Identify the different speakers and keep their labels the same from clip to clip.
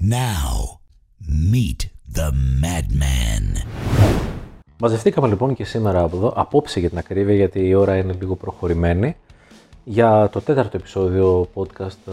Speaker 1: Now, meet the madman.
Speaker 2: Μαζευτήκαμε λοιπόν και σήμερα από εδώ, απόψε για την ακρίβεια, γιατί η ώρα είναι λίγο προχωρημένη, για το τέταρτο επεισόδιο podcast ε,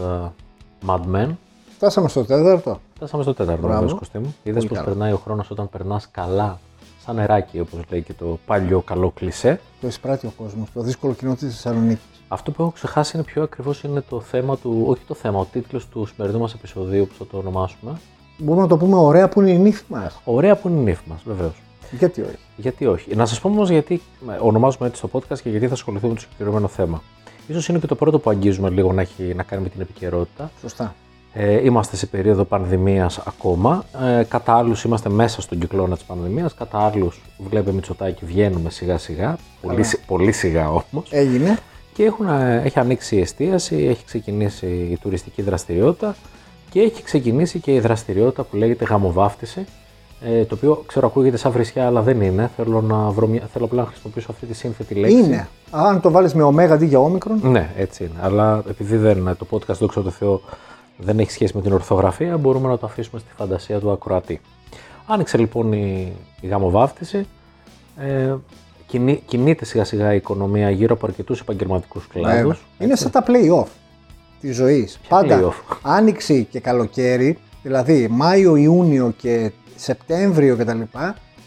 Speaker 2: Mad Men.
Speaker 3: Φτάσαμε στο τέταρτο.
Speaker 2: Φτάσαμε στο τέταρτο,
Speaker 3: Μπράβο.
Speaker 2: βέβαια, Κωστή μου. Είδες πώ
Speaker 3: καλά.
Speaker 2: περνάει ο χρόνος όταν περνάς καλά, σαν νεράκι, όπως λέει και το παλιό καλό κλισέ.
Speaker 3: Το εισπράττει ο κόσμος. Το δύσκολο κοινό της Θεσσαλονίκης.
Speaker 2: Αυτό που έχω ξεχάσει είναι πιο ακριβώς είναι το θέμα του, όχι το θέμα, ο τίτλος του σημερινού μας επεισοδίου, που θα το ονομάσουμε.
Speaker 3: Μπορούμε να το πούμε ωραία που είναι η νύχη μας.
Speaker 2: Ωραία που είναι η νύφη μας, βεβαίως.
Speaker 3: Γιατί όχι.
Speaker 2: Γιατί όχι. Να σας πω όμως γιατί ονομάζουμε έτσι το podcast και γιατί θα ασχοληθούμε με το συγκεκριμένο θέμα. Ίσως είναι και το πρώτο που αγγίζουμε λίγο να, έχει, να κάνει με την επικαιρότητα.
Speaker 3: Σωστά.
Speaker 2: Ε, είμαστε σε περίοδο πανδημίας ακόμα. Ε, κατά άλλους είμαστε μέσα στον κυκλώνα της πανδημίας. Κατά άλλους βλέπε Μητσοτάκη, βγαίνουμε σιγά σιγά. Πολύ, σι- πολύ σιγά όμως.
Speaker 3: Έγινε.
Speaker 2: Και έχουν, ε, έχει ανοίξει η εστίαση, έχει ξεκινήσει η τουριστική δραστηριότητα και έχει ξεκινήσει και η δραστηριότητα που λέγεται γαμοβάφτιση. ε, Το οποίο ξέρω ακούγεται σαν βρισιά, αλλά δεν είναι. Θέλω, να βρω μια- θέλω απλά να χρησιμοποιήσω αυτή τη σύνθετη λέξη.
Speaker 3: Είναι. Αν το βάλεις με ωμέγα αντί για όμικρον.
Speaker 2: Ναι, έτσι είναι. Αλλά επειδή δεν, το podcast, δόξα τω Θεώ, δεν έχει σχέση με την ορθογραφία, μπορούμε να το αφήσουμε στη φαντασία του ακροατή. Άνοιξε λοιπόν η, η γαμοβάφτιση. Ε, κινεί- κινείται σιγά σιγά η οικονομία γύρω από αρκετούς επαγγελματικούς κλάδους.
Speaker 3: Βέβαια. Είναι σαν τα play-off της ζωής. Πάντα
Speaker 2: play-off?
Speaker 3: άνοιξη και καλοκαίρι, δηλαδή Μάιο, Ιούνιο και Σεπτέμβριο κτλ.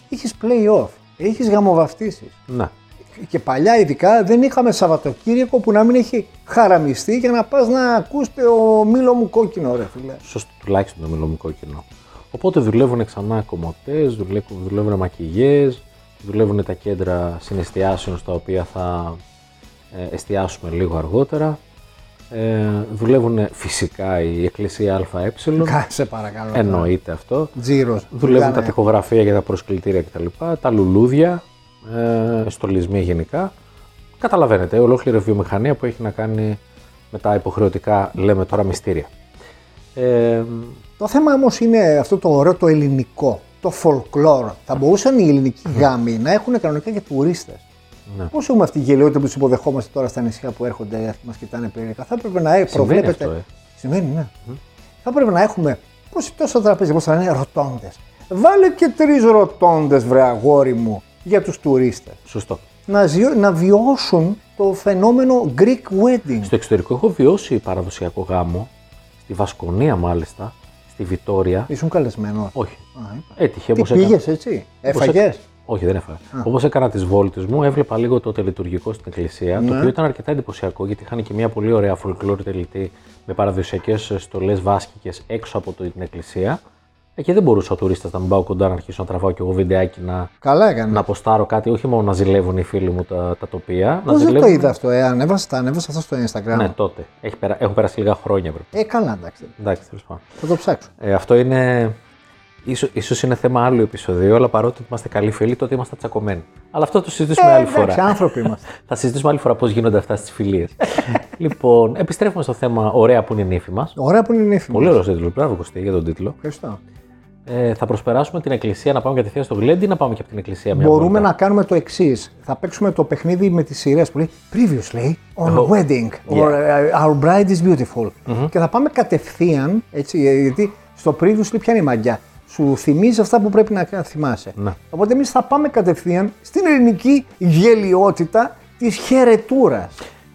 Speaker 3: Είχε play-off. Έχει γαμοβαφτίσεις.
Speaker 2: Ναι.
Speaker 3: Και παλιά ειδικά δεν είχαμε Σαββατοκύριακο που να μην έχει χαραμιστεί για να πας να ακούς το μήλο μου κόκκινο, ρε φίλε.
Speaker 2: σωστό τουλάχιστον το μελομικό κοινό. Οπότε δουλεύουν ξανά κομμωτές, δουλεύουν, δουλεύουν μακηγέ, δουλεύουν τα κέντρα συναισθιάσεων στα οποία θα ε, εστιάσουμε λίγο αργότερα. Ε, δουλεύουν φυσικά η Εκκλησία ΑΕ,
Speaker 3: Κάσε παρακαλώ.
Speaker 2: εννοείται αυτό.
Speaker 3: Τζίρος.
Speaker 2: Ε, Δουλεύουν τα τοιχογραφία για τα προσκλητήρια κτλ. Τα λουλούδια, ε, στολισμοί γενικά. Καταλαβαίνετε, ολόκληρη βιομηχανία που έχει να κάνει με τα υποχρεωτικά, λέμε τώρα, μυστήρια. Ε,
Speaker 3: Το θέμα όμως είναι αυτό το ωραίο το ελληνικό, το folklore. Θα μπορούσαν οι ελληνικοί γάμοι να έχουν κανονικά και τουρίστες.
Speaker 2: Ναι.
Speaker 3: Πώς έχουμε αυτή τη γελιότητα που τους υποδεχόμαστε τώρα στα νησιά που έρχονται και μα κοιτάνε περίεργα. Θα έπρεπε να ε, προβλέπετε.
Speaker 2: αυτό, ε.
Speaker 3: Σημαίνει, ναι. Θα έπρεπε να έχουμε πώς, τόσα τραπέζια, πώς θα είναι ροτόντες. Βάλε και τρεις ροτόντες, βρε αγόρι μου, για τους τουρίστες.
Speaker 2: σωστό.
Speaker 3: Να, ζυ- να βιώσουν το φαινόμενο Greek wedding.
Speaker 2: Στο εξωτερικό έχω βιώσει παραδοσιακό γάμο, στη Βασκονία μάλιστα, στη Βιτόρια.
Speaker 3: Ήσουν καλεσμένο.
Speaker 2: Όχι.
Speaker 3: Α, είπα.
Speaker 2: Έτυχε
Speaker 3: Τι
Speaker 2: όπως έκανα.
Speaker 3: πήγες έτσι,
Speaker 2: όπως
Speaker 3: έφαγε.
Speaker 2: έκα- Όχι, δεν έφαγα. Όπως έκανα τις βόλτες μου, έβλεπα λίγο το τελετουργικό στην εκκλησία,
Speaker 3: Ναι.
Speaker 2: το οποίο ήταν αρκετά εντυπωσιακό γιατί είχαν και μια πολύ ωραία folklore τελετή με παραδοσιακές στολές βάσκικες έξω από το- την εκκλησία. Ε, Και δεν μπορούσα ο τουρίστας να μην πάω κοντά να αρχίσω να τραβάω κι εγώ βιντεάκι να,
Speaker 3: Καλά έκανες.
Speaker 2: να αποστάρω κάτι, όχι μόνο να ζηλεύουν οι φίλοι μου τα, τα τοπία. να
Speaker 3: Πώς δεν το
Speaker 2: ζηλεύουν-
Speaker 3: είδα αυτό, ε, ανέβασε, τα ανέβασε αυτά στο Instagram.
Speaker 2: Ναι, τότε. Έχει περα- Έχουν περάσει λίγα χρόνια πρέπει.
Speaker 3: Ε, καλά, εντάξει.
Speaker 2: Εντάξει, τέλος πάντων.
Speaker 3: Θα το ψάξω.
Speaker 2: Ε, αυτό είναι. Ίσως, ίσως είναι θέμα άλλου επεισοδίου, αλλά παρότι είμαστε καλοί φίλοι, τότε είμαστε τσακωμένοι. Αλλά αυτό θα το συζητήσουμε άλλη φορά.
Speaker 3: Ε, Εντάξει, άνθρωποι είμαστε.
Speaker 2: Θα συζητήσουμε άλλη φορά πώς γίνονται αυτά στις φιλίες. λοιπόν, επιστρέφουμε στο θέμα ωραία που είναι η νύφη μας.
Speaker 3: Ωραία που είναι η νύφη.
Speaker 2: Πολύ
Speaker 3: μας.
Speaker 2: ωραίος τίτλος. Μπράβο, Κωστή, για τον τίτλο.
Speaker 3: Ευχαριστώ.
Speaker 2: Ε, θα προσπεράσουμε την εκκλησία να πάμε κατευθείαν στο γλέντι ή να πάμε και από την εκκλησία μια
Speaker 3: Μπορούμε
Speaker 2: βόλτα?
Speaker 3: να κάνουμε το εξής. Θα παίξουμε το παιχνίδι με τις σειρές που λέει Previously on
Speaker 2: Oh. Mm-hmm.
Speaker 3: Wedding or uh, Our Bride is Beautiful. Και θα πάμε κατευθείαν, έτσι, ε, γιατί στο Previously πιάνει η μαγιά. Σου θυμίζει αυτά που πρέπει να θυμάσαι.
Speaker 2: Ναι.
Speaker 3: Οπότε εμείς θα πάμε κατευθείαν στην ελληνική γελιότητα της χαιρετούρας.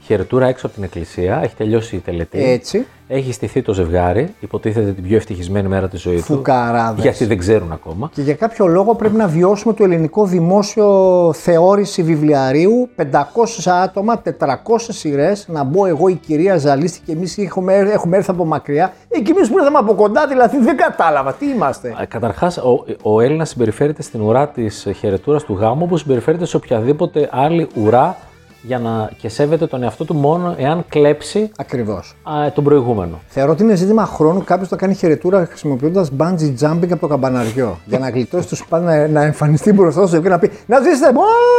Speaker 2: Χαιρετούρα έξω από την εκκλησία, έχει τελειώσει η τελετή.
Speaker 3: Έτσι.
Speaker 2: Έχει στηθεί το ζευγάρι, υποτίθεται την πιο ευτυχισμένη μέρα της ζωής του.
Speaker 3: Φουκαράδες.
Speaker 2: Γιατί δεν ξέρουν ακόμα.
Speaker 3: Και για κάποιο λόγο πρέπει να βιώσουμε το ελληνικό δημόσιο θεώρηση βιβλιαρίου. 500 άτομα, 400 σειρές. Να μπω εγώ, η κυρία Ζαλίστηκε, εμείς έχουμε, έχουμε έρθει από μακριά. Ε, και εμείς που ήρθαμε από κοντά, δηλαδή δεν κατάλαβα τι είμαστε.
Speaker 2: Καταρχά, Ε, ο, ο Έλληνας συμπεριφέρεται στην ουρά της χαιρετούρας του γάμου όπως συμπεριφέρεται σε οποιαδήποτε άλλη ουρά για να και σέβεται τον εαυτό του μόνο εάν κλέψει
Speaker 3: Ακριβώς.
Speaker 2: α, τον προηγούμενο.
Speaker 3: Θεωρώ ότι είναι ζήτημα χρόνου κάποιος να κάνει χαιρετούρα χρησιμοποιώντας bungee jumping από το καμπαναριό. για να γλιτώσει τους πάντα να, να εμφανιστεί μπροστά σου και να πει Να ζήσετε!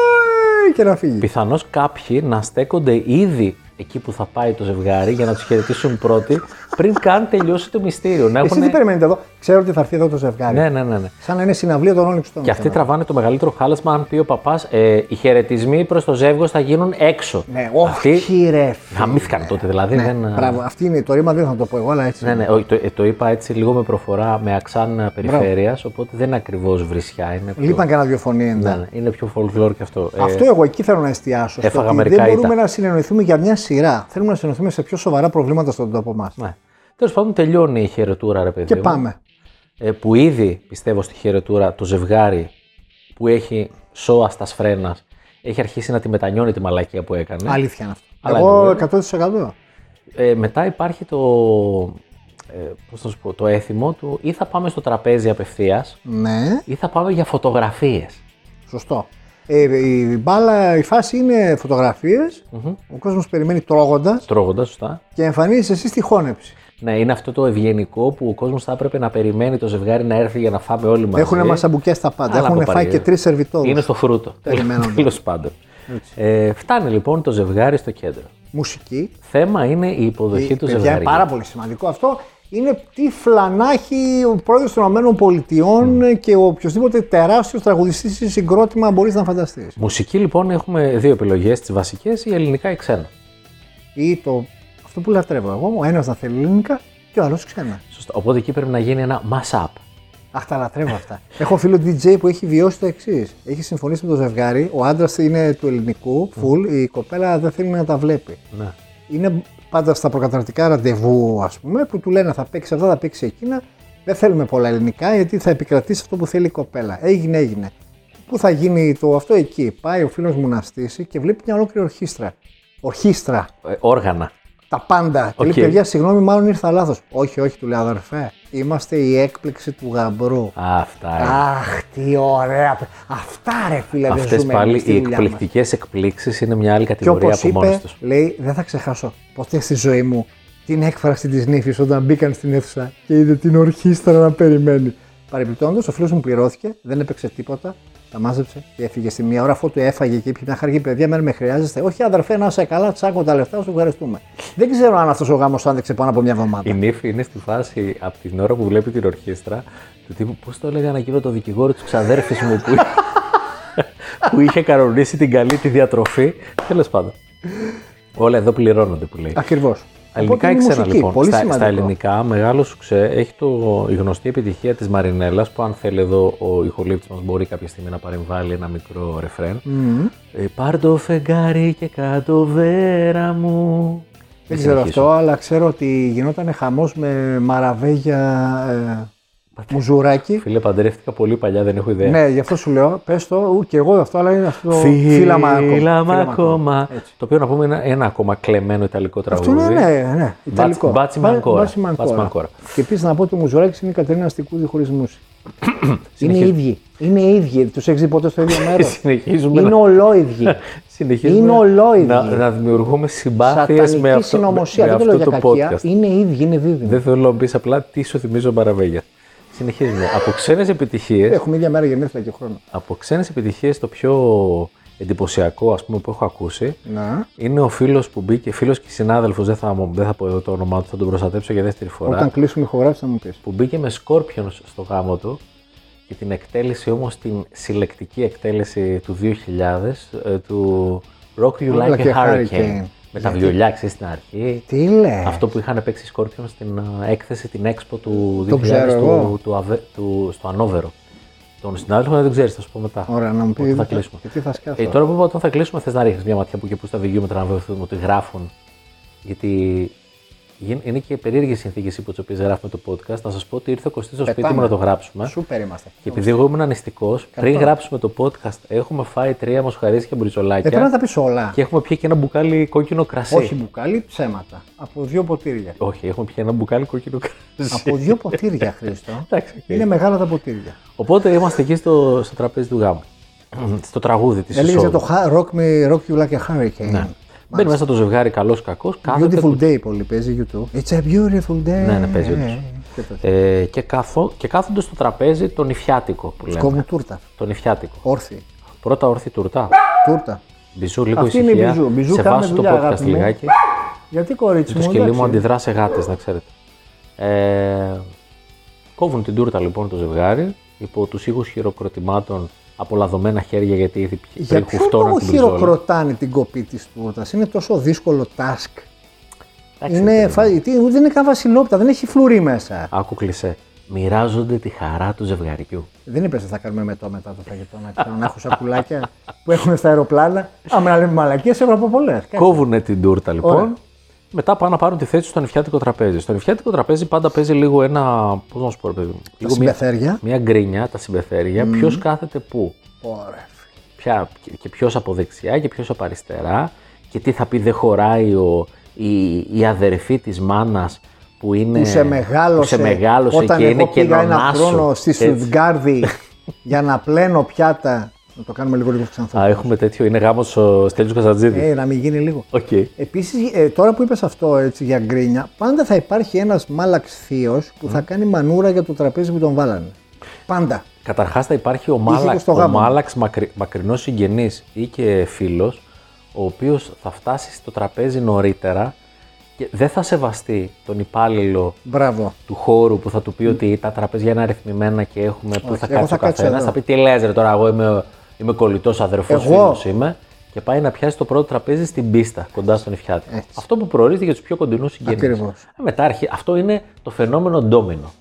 Speaker 3: «Ωι!» και να φύγει.
Speaker 2: Πιθανώς κάποιοι να στέκονται ήδη εκεί που θα πάει το ζευγάρι για να τους χαιρετήσουν πρώτοι πριν καν τελειώσει το μυστήριο. Να
Speaker 3: Εσύ
Speaker 2: έχουνε-
Speaker 3: τι περιμένετε εδώ. ξέρω ότι θα έρθει εδώ το ζευγάρι.
Speaker 2: Ναι, ναι, ναι. ναι.
Speaker 3: Σαν να είναι συναυλία των Rolling Stones.
Speaker 2: Και αυτοί τραβάνε το μεγαλύτερο χάλασμα αν πει ο παπάς ε, οι χαιρετισμοί προς το ζεύγος θα γίνουν έξω.
Speaker 3: Ναι, όχι ρε. φίλε.
Speaker 2: Γαμήθηκαν τότε δηλαδή.
Speaker 3: Ναι,
Speaker 2: δεν...
Speaker 3: μπράβο. Αυτή είναι το ρήμα, δεν θα το πω εγώ, αλλά έτσι.
Speaker 2: Ναι, ναι, όχι, το, ε, το είπα έτσι λίγο με προφορά, με αξάν περιφέρειας, οπότε δεν είναι ακριβώς βρισιά. Είναι πιο,
Speaker 3: Λείπαν κανένα δυο φωνή
Speaker 2: ναι, ναι, είναι πιο folklore και αυτό. Ε,
Speaker 3: Αυτό εγώ εκεί θέλω να εστιάσω. στο
Speaker 2: Έφαγα
Speaker 3: ότι
Speaker 2: μερικά
Speaker 3: δεν μπορούμε
Speaker 2: ήττα.
Speaker 3: να συνεννοηθούμε για μια σειρά. Θέλουμε να συνεννοηθούμε σε πιο σοβαρά προβλήματα στον τόπο μας.
Speaker 2: ναι. Τέλος πάντων, τελειώνει η χαιρετούρα, ρε παιδί.
Speaker 3: Και
Speaker 2: μου.
Speaker 3: πάμε.
Speaker 2: ε, που ήδη πιστεύω στη χαιρετούρα το ζευγάρι που έχει σώα στα σφρένα έχει αρχίσει να τη μετανιώνει τη μαλακία που έκανε.
Speaker 3: Αλήθεια είναι αυτό.
Speaker 2: Ναι. Αλλά
Speaker 3: εγώ
Speaker 2: είναι
Speaker 3: 100%.
Speaker 2: Ε, μετά υπάρχει το, ε, πώς να σου πω, το έθιμο του ή θα πάμε στο τραπέζι απευθείας
Speaker 3: Ναι,
Speaker 2: ή θα πάμε για φωτογραφίες.
Speaker 3: σωστό. Ε, η μπάλα, η φάση είναι φωτογραφίες, Ο κόσμος περιμένει τρώγοντας
Speaker 2: Τρώγοντας, σωστά.
Speaker 3: και εμφανίζεσαι εσύ στη χώνεψη.
Speaker 2: Ναι, είναι αυτό το ευγενικό που ο κόσμος θα έπρεπε να περιμένει το ζευγάρι να έρθει για να φάμε όλοι μαζί.
Speaker 3: Έχουν μασαμπουκέ στα πάντα.
Speaker 2: Αλλά
Speaker 3: Έχουν
Speaker 2: από
Speaker 3: φάει
Speaker 2: Παριέ.
Speaker 3: και τρεις σερβιτόρου.
Speaker 2: Είναι στο φρούτο.
Speaker 3: Περιμένονται.
Speaker 2: Τέλος πάντων. Ε, φτάνει λοιπόν το ζευγάρι στο κέντρο.
Speaker 3: Μουσική.
Speaker 2: Θέμα είναι η υποδοχή του
Speaker 3: Παιδιά,
Speaker 2: ζευγαριού.
Speaker 3: πάρα πολύ σημαντικό αυτό. Είναι τι φλανάχη ο πρόεδρος των Ηνωμένων Πολιτειών και ο οποιοδήποτε τεράστιος τραγουδιστής ή συγκρότημα μπορείς να φανταστείς.
Speaker 2: Μουσική λοιπόν έχουμε δύο επιλογές, τις βασικές, η ελληνικά ή ξένα.
Speaker 3: Ή το, αυτό που λατρεύω εγώ, ο ένας να θέλει ελληνικά και ο άλλος ξένα.
Speaker 2: Σωστά. Οπότε εκεί πρέπει να γίνει ένα mass-up.
Speaker 3: Αχ, τα λατρεύω αυτά. Έχω φίλο DJ που έχει βιώσει το εξής. Έχει συμφωνήσει με το ζευγάρι, ο άντρας είναι του ελληνικού, full, η κοπέλα δεν θέλει να τα βλέπει.
Speaker 2: Ναι.
Speaker 3: Είναι πάντα στα προκαταρτικά ραντεβού, ας πούμε, που του λένε θα παίξεις αυτά, θα παίξεις εκείνα. Δεν θέλουμε πολλά ελληνικά, γιατί θα επικρατήσει αυτό που θέλει η κοπέλα. Έγινε, έγινε. Πού θα γίνει το αυτό εκεί. Πάει ο φίλος μου να στήσει και βλέπει μια ολόκληρη ορχήστρα. Ορχήστρα.
Speaker 2: Ε, όργανα.
Speaker 3: Τα πάντα. Και λέει,
Speaker 2: Οκ.
Speaker 3: παιδιά, συγγνώμη, μάλλον ήρθα λάθος. Όχι, όχι, του λέω, αδερφέ. Είμαστε η έκπληξη του γαμπρού.
Speaker 2: Αυτά. είναι.
Speaker 3: Αχ, τι ωραία. που- Αυτά ρε φίλε, δεν
Speaker 2: Αυτές
Speaker 3: ζούμε εμείς
Speaker 2: πάλι
Speaker 3: στη
Speaker 2: οι
Speaker 3: δουλειά μας.
Speaker 2: εκπληκτικές εκπλήξεις είναι μια άλλη
Speaker 3: Και όπω
Speaker 2: κατηγορία από μόνες
Speaker 3: είπε,
Speaker 2: τους.
Speaker 3: λέει, δεν θα ξεχάσω ποτέ στη ζωή μου την έκφραση της νύφης όταν μπήκαν στην αίθουσα και είδε την ορχήστρα να περιμένει. Παρεμπιπτόντως, ο φίλος μου πληρώθηκε, δεν έπαιξε τίποτα, τα μάζεψε και έφυγε στη μία ώρα αφού του έφαγε και είπε μια χαρική παιδιά, μένα με χρειάζεστε. Όχι, αδερφέ, να είσαι καλά, τσάκω τα λεφτά, σου ευχαριστούμε. Δεν ξέρω αν αυτός ο γάμος άντεξε πάνω από μια εβδομάδα.
Speaker 2: Η νύφη είναι στη φάση από την ώρα που βλέπει την ορχήστρα του τύπου πώς το έλεγαν εκείνο το δικηγόρο της ξαδέρφης μου που, που είχε κανονίσει την καλή τη διατροφή. Τέλος πάντων. Όλα εδώ πληρώνονται που λέει.
Speaker 3: Ακριβώς.
Speaker 2: Ελληνικά ή ξένα λοιπόν.
Speaker 3: Πολύ
Speaker 2: στα, στα
Speaker 3: σημαντικό.
Speaker 2: ελληνικά, μεγάλο σουξέ έχει το, η γνωστή επιτυχία της Μαρινέλας που, αν θέλει εδώ, ο ηχολήπτης μας μπορεί κάποια στιγμή να παρεμβάλλει ένα μικρό ρεφρέν. Ε, πάρ το φεγγάρι και κάτω βέρα μου. Μην
Speaker 3: Δεν ξέρω
Speaker 2: συνεχίσω.
Speaker 3: αυτό, αλλά ξέρω ότι γινόταν χαμός με μαραβέγια ε, μουζουράκι.
Speaker 2: Φίλε, παντρεύτηκα πολύ παλιά, δεν έχω ιδέα.
Speaker 3: Ναι, γι' αυτό σου λέω, πες το, ου, και εγώ αυτό, αλλά είναι αυτό. το
Speaker 2: Φίλαμα
Speaker 3: ακόμα. Φίλαμα
Speaker 2: ακόμα.
Speaker 3: Έτσι.
Speaker 2: Το οποίο να πούμε είναι ένα ακόμα κλεμμένο ιταλικό τραγούδι.
Speaker 3: Αυτό είναι, ναι, ναι, ιταλικό.
Speaker 2: Μπάτσι
Speaker 3: Μπα-
Speaker 2: Μανκόρα.
Speaker 3: Μπάτσι Μανκόρα.
Speaker 2: Μπάτσι Μανκόρα.
Speaker 3: Και επίσης να πω ότι ο Μουζουράκης είναι η Κατερίνα Στικούδη χωρίς μουσική. είναι
Speaker 2: Συνεχίζουμε.
Speaker 3: ίδιοι. Είναι ίδιοι. Τους έχει δει ποτέ στο ίδιο μέρος.
Speaker 2: Συνεχίζουμε
Speaker 3: είναι
Speaker 2: να-
Speaker 3: ολόιδιοι.
Speaker 2: Συνεχίζουμε
Speaker 3: Είναι ολόιδη.
Speaker 2: Να, να δημιουργούμε συμπάθειες με
Speaker 3: Σατανική
Speaker 2: αυτό, με,
Speaker 3: συνωμοσία.
Speaker 2: με
Speaker 3: Δεν το λέω
Speaker 2: αυτό
Speaker 3: για
Speaker 2: το
Speaker 3: κακία.
Speaker 2: podcast.
Speaker 3: Είναι ίδιοι, είναι δίδυμοι.
Speaker 2: Δεν θέλω να πει απλά τι σου θυμίζω Μπαραβέγια. Συνεχίζουμε. από ξένες επιτυχίες,
Speaker 3: Έχουμε ίδια μέρα γενέθλια και χρόνος.
Speaker 2: από ξένες επιτυχίες το πιο εντυπωσιακό ας πούμε, που έχω ακούσει
Speaker 3: Να.
Speaker 2: είναι ο φίλος που μπήκε, φίλος και συνάδελφος, δεν, θα, δεν θα πω εδώ το όνομά του, θα τον προστατέψω για δεύτερη φορά.
Speaker 3: Όταν κλείσουμε ηχογράφηση θα μου πεις.
Speaker 2: Που μπήκε με σκόρπιον στο γάμο του και την εκτέλεση όμως, την συλλεκτική εκτέλεση του 2000 ε, του Rock You
Speaker 3: Rock
Speaker 2: Like
Speaker 3: Like
Speaker 2: a
Speaker 3: a Hurricane.
Speaker 2: Hurricane. Με τα βιολιά, ξέρεις, στην αρχή.
Speaker 3: Τι λες.
Speaker 2: Αυτό που είχαν παίξει οι Scorpions στην ε, έκθεση την Expo του 2000
Speaker 3: Το ξέρω εγώ.
Speaker 2: του, του, Αβε- του- στο Ανόβερο. Τον συνάδελφο δεν τον ξέρεις, θα σου πω μετά.
Speaker 3: Ωραία, ναι. να μου πει.
Speaker 2: Όταν θα κλείσουμε.
Speaker 3: Και τι θα σκάσω.
Speaker 2: Ε, τώρα που είπα, όταν θα κλείσουμε, θες να ρίχνεις μια ματιά που και που στα βιγιόμετρα να βεβαιωθούμε ότι γράφουν. Γιατί γι- είναι και περίεργε συνθήκε υπό τι οποίε γράφουμε το podcast. Να σας πω ότι ήρθε ο Κωστής στο σπίτι
Speaker 3: Πετάμε.
Speaker 2: μου να το γράψουμε.
Speaker 3: Σούπερ είμαστε.
Speaker 2: ε.
Speaker 3: Ε,
Speaker 2: Και επειδή εγώ ήμουν ανιστικό, πριν γράψουμε το podcast, έχουμε φάει τρία μοσχαρίσια
Speaker 3: Ε, πρέπει να
Speaker 2: μπριτσολάκια
Speaker 3: τα πεις όλα.
Speaker 2: και έχουμε πιει και ένα μπουκάλι κόκκινο κρασί.
Speaker 3: Όχι μπουκάλι, ψέματα. Από δύο ποτήρια.
Speaker 2: Όχι, έχουμε πιει ένα μπουκάλι κόκκινο κρασί.
Speaker 3: Από δύο ποτήρια, Χρήστο.
Speaker 2: Εντάξει, οκ.
Speaker 3: Είναι μεγάλα τα ποτήρια.
Speaker 2: Οπότε είμαστε εκεί στο, στο τραπέζι του γάμου. στο τραγούδι της
Speaker 3: Έλεγες για
Speaker 2: εισόδου.
Speaker 3: το ha- Rock Me, Rock You Like a Hurricane.
Speaker 2: Μπαίνει μέσα το ζευγάρι καλός κακός, Ναι. κάθεται.
Speaker 3: Beautiful day πολύ παίζει YouTube. It's a beautiful day.
Speaker 2: Ναι, ναι, παίζει όντως.
Speaker 3: Και το-
Speaker 2: Ε, και, κάθο, και κάθονται στο τραπέζι το νηφιάτικο που λέμε.
Speaker 3: Κόβουν τούρτα.
Speaker 2: Το νηφιάτικο.
Speaker 3: Όρθιοι.
Speaker 2: Πρώτα όρθι τουρτά.
Speaker 3: Τούρτα.
Speaker 2: Μπιζού, λίγο
Speaker 3: Αυτή είναι η
Speaker 2: ησυχία.
Speaker 3: Μπιζού. Μπιζού,
Speaker 2: σε
Speaker 3: κάνε
Speaker 2: βάζω το
Speaker 3: δουλειά,
Speaker 2: podcast
Speaker 3: αγάπη μου.
Speaker 2: λιγάκι.
Speaker 3: Γιατί κορίτσι
Speaker 2: Το
Speaker 3: μου.
Speaker 2: σκυλί μου
Speaker 3: εντάξει.
Speaker 2: αντιδρά σε γάτες, να ξέρετε. Ε, Κόβουν την τούρτα λοιπόν το ζευγάρι υπό τους ήχου χειροκροτημάτων από λαδωμένα χέρια γιατί ήδη πι-
Speaker 3: Για
Speaker 2: πριν
Speaker 3: ποιο
Speaker 2: χουφτώναν
Speaker 3: λόγο
Speaker 2: την μπριζόλα.
Speaker 3: χειροκροτάνε την κοπή της τούρτα, Είναι τόσο δύσκολο task.
Speaker 2: Εντάξει,
Speaker 3: Είναι,
Speaker 2: παιδί.
Speaker 3: φα- τι- Δεν είναι καν βασιλόπιτα, δεν έχει φλουρί μέσα.
Speaker 2: Άκου κλεισέ. Μοιράζονται τη χαρά του ζευγαριού.
Speaker 3: Δεν είπες ότι θα κάνουμε μετό μετά το φαγητό να ξέρω να έχω σακουλάκια που έχουν στα αεροπλάνα. Άμα να λέμε μαλακίες, έβαλα από πολλές.
Speaker 2: Κόβουν την τούρτα λοιπόν.
Speaker 3: Ωραία.
Speaker 2: Μετά πάνε να πάρουν τη θέση στο νηφιάτικο τραπέζι. Στο νηφιάτικο τραπέζι πάντα παίζει λίγο ένα. Πώς να σου πω, ρε παιδί μου, λίγο μια,
Speaker 3: Συμπεθέρια.
Speaker 2: μια γκρίνια, τα συμπεθέρια. Ποιος Ποιος κάθεται πού.
Speaker 3: Ωραία. φίλε.
Speaker 2: ποια, και ποιος από δεξιά και ποιος από αριστερά και τι θα πει δεν χωράει ο, η, η αδερφή της μάνας που είναι
Speaker 3: Που σε μεγάλωσε,
Speaker 2: που Ναι. σε μεγάλωσε
Speaker 3: όταν
Speaker 2: και
Speaker 3: εγώ
Speaker 2: είναι και
Speaker 3: πήγα ένα
Speaker 2: νονάς σου.
Speaker 3: χρόνο στη
Speaker 2: Έτσι.
Speaker 3: Σουτγκάρδη για να πλένω πιάτα. Να το κάνουμε λίγο λίγο ξανθό.
Speaker 2: Α, έχουμε τέτοιο, είναι γάμος ο Στέλιος Καζατζίδης.
Speaker 3: Ε, να μην γίνει λίγο.
Speaker 2: Οκ.
Speaker 3: Επίσης, ε, τώρα που είπες αυτό έτσι, για γκρίνια, πάντα θα υπάρχει ένας μάλαξ θείος που θα κάνει μανούρα για το τραπέζι που τον βάλανε. Πάντα.
Speaker 2: Καταρχάς θα υπάρχει ο
Speaker 3: και
Speaker 2: Μάλαξ,
Speaker 3: στο
Speaker 2: ο
Speaker 3: γάμο.
Speaker 2: Μάλαξ μακρι, μακρινός συγγενής ή και φίλος, ο οποίος θα φτάσει στο τραπέζι νωρίτερα και δεν θα σεβαστεί τον υπάλληλο
Speaker 3: Μπράβο.
Speaker 2: του χώρου που θα του πει ότι τα τραπέζια είναι αριθμημένα και έχουμε που θα
Speaker 3: εγώ
Speaker 2: κάτσει
Speaker 3: θα
Speaker 2: ο
Speaker 3: κάτσω
Speaker 2: καθένας.
Speaker 3: εδώ.
Speaker 2: Θα πει τι λες, ρε τώρα, εγώ είμαι, είμαι κολλητός αδερφός,
Speaker 3: Εγώ.
Speaker 2: είμαι. Και πάει να πιάσει το πρώτο τραπέζι στην πίστα, κοντά στον Ιφιάτη.
Speaker 3: Έτσι.
Speaker 2: Αυτό που προορίζεται για τους πιο κοντινούς συγγενείς.
Speaker 3: Ακριβώς.
Speaker 2: Μετά αρχι- αυτό είναι το φαινόμενο ντόμινο.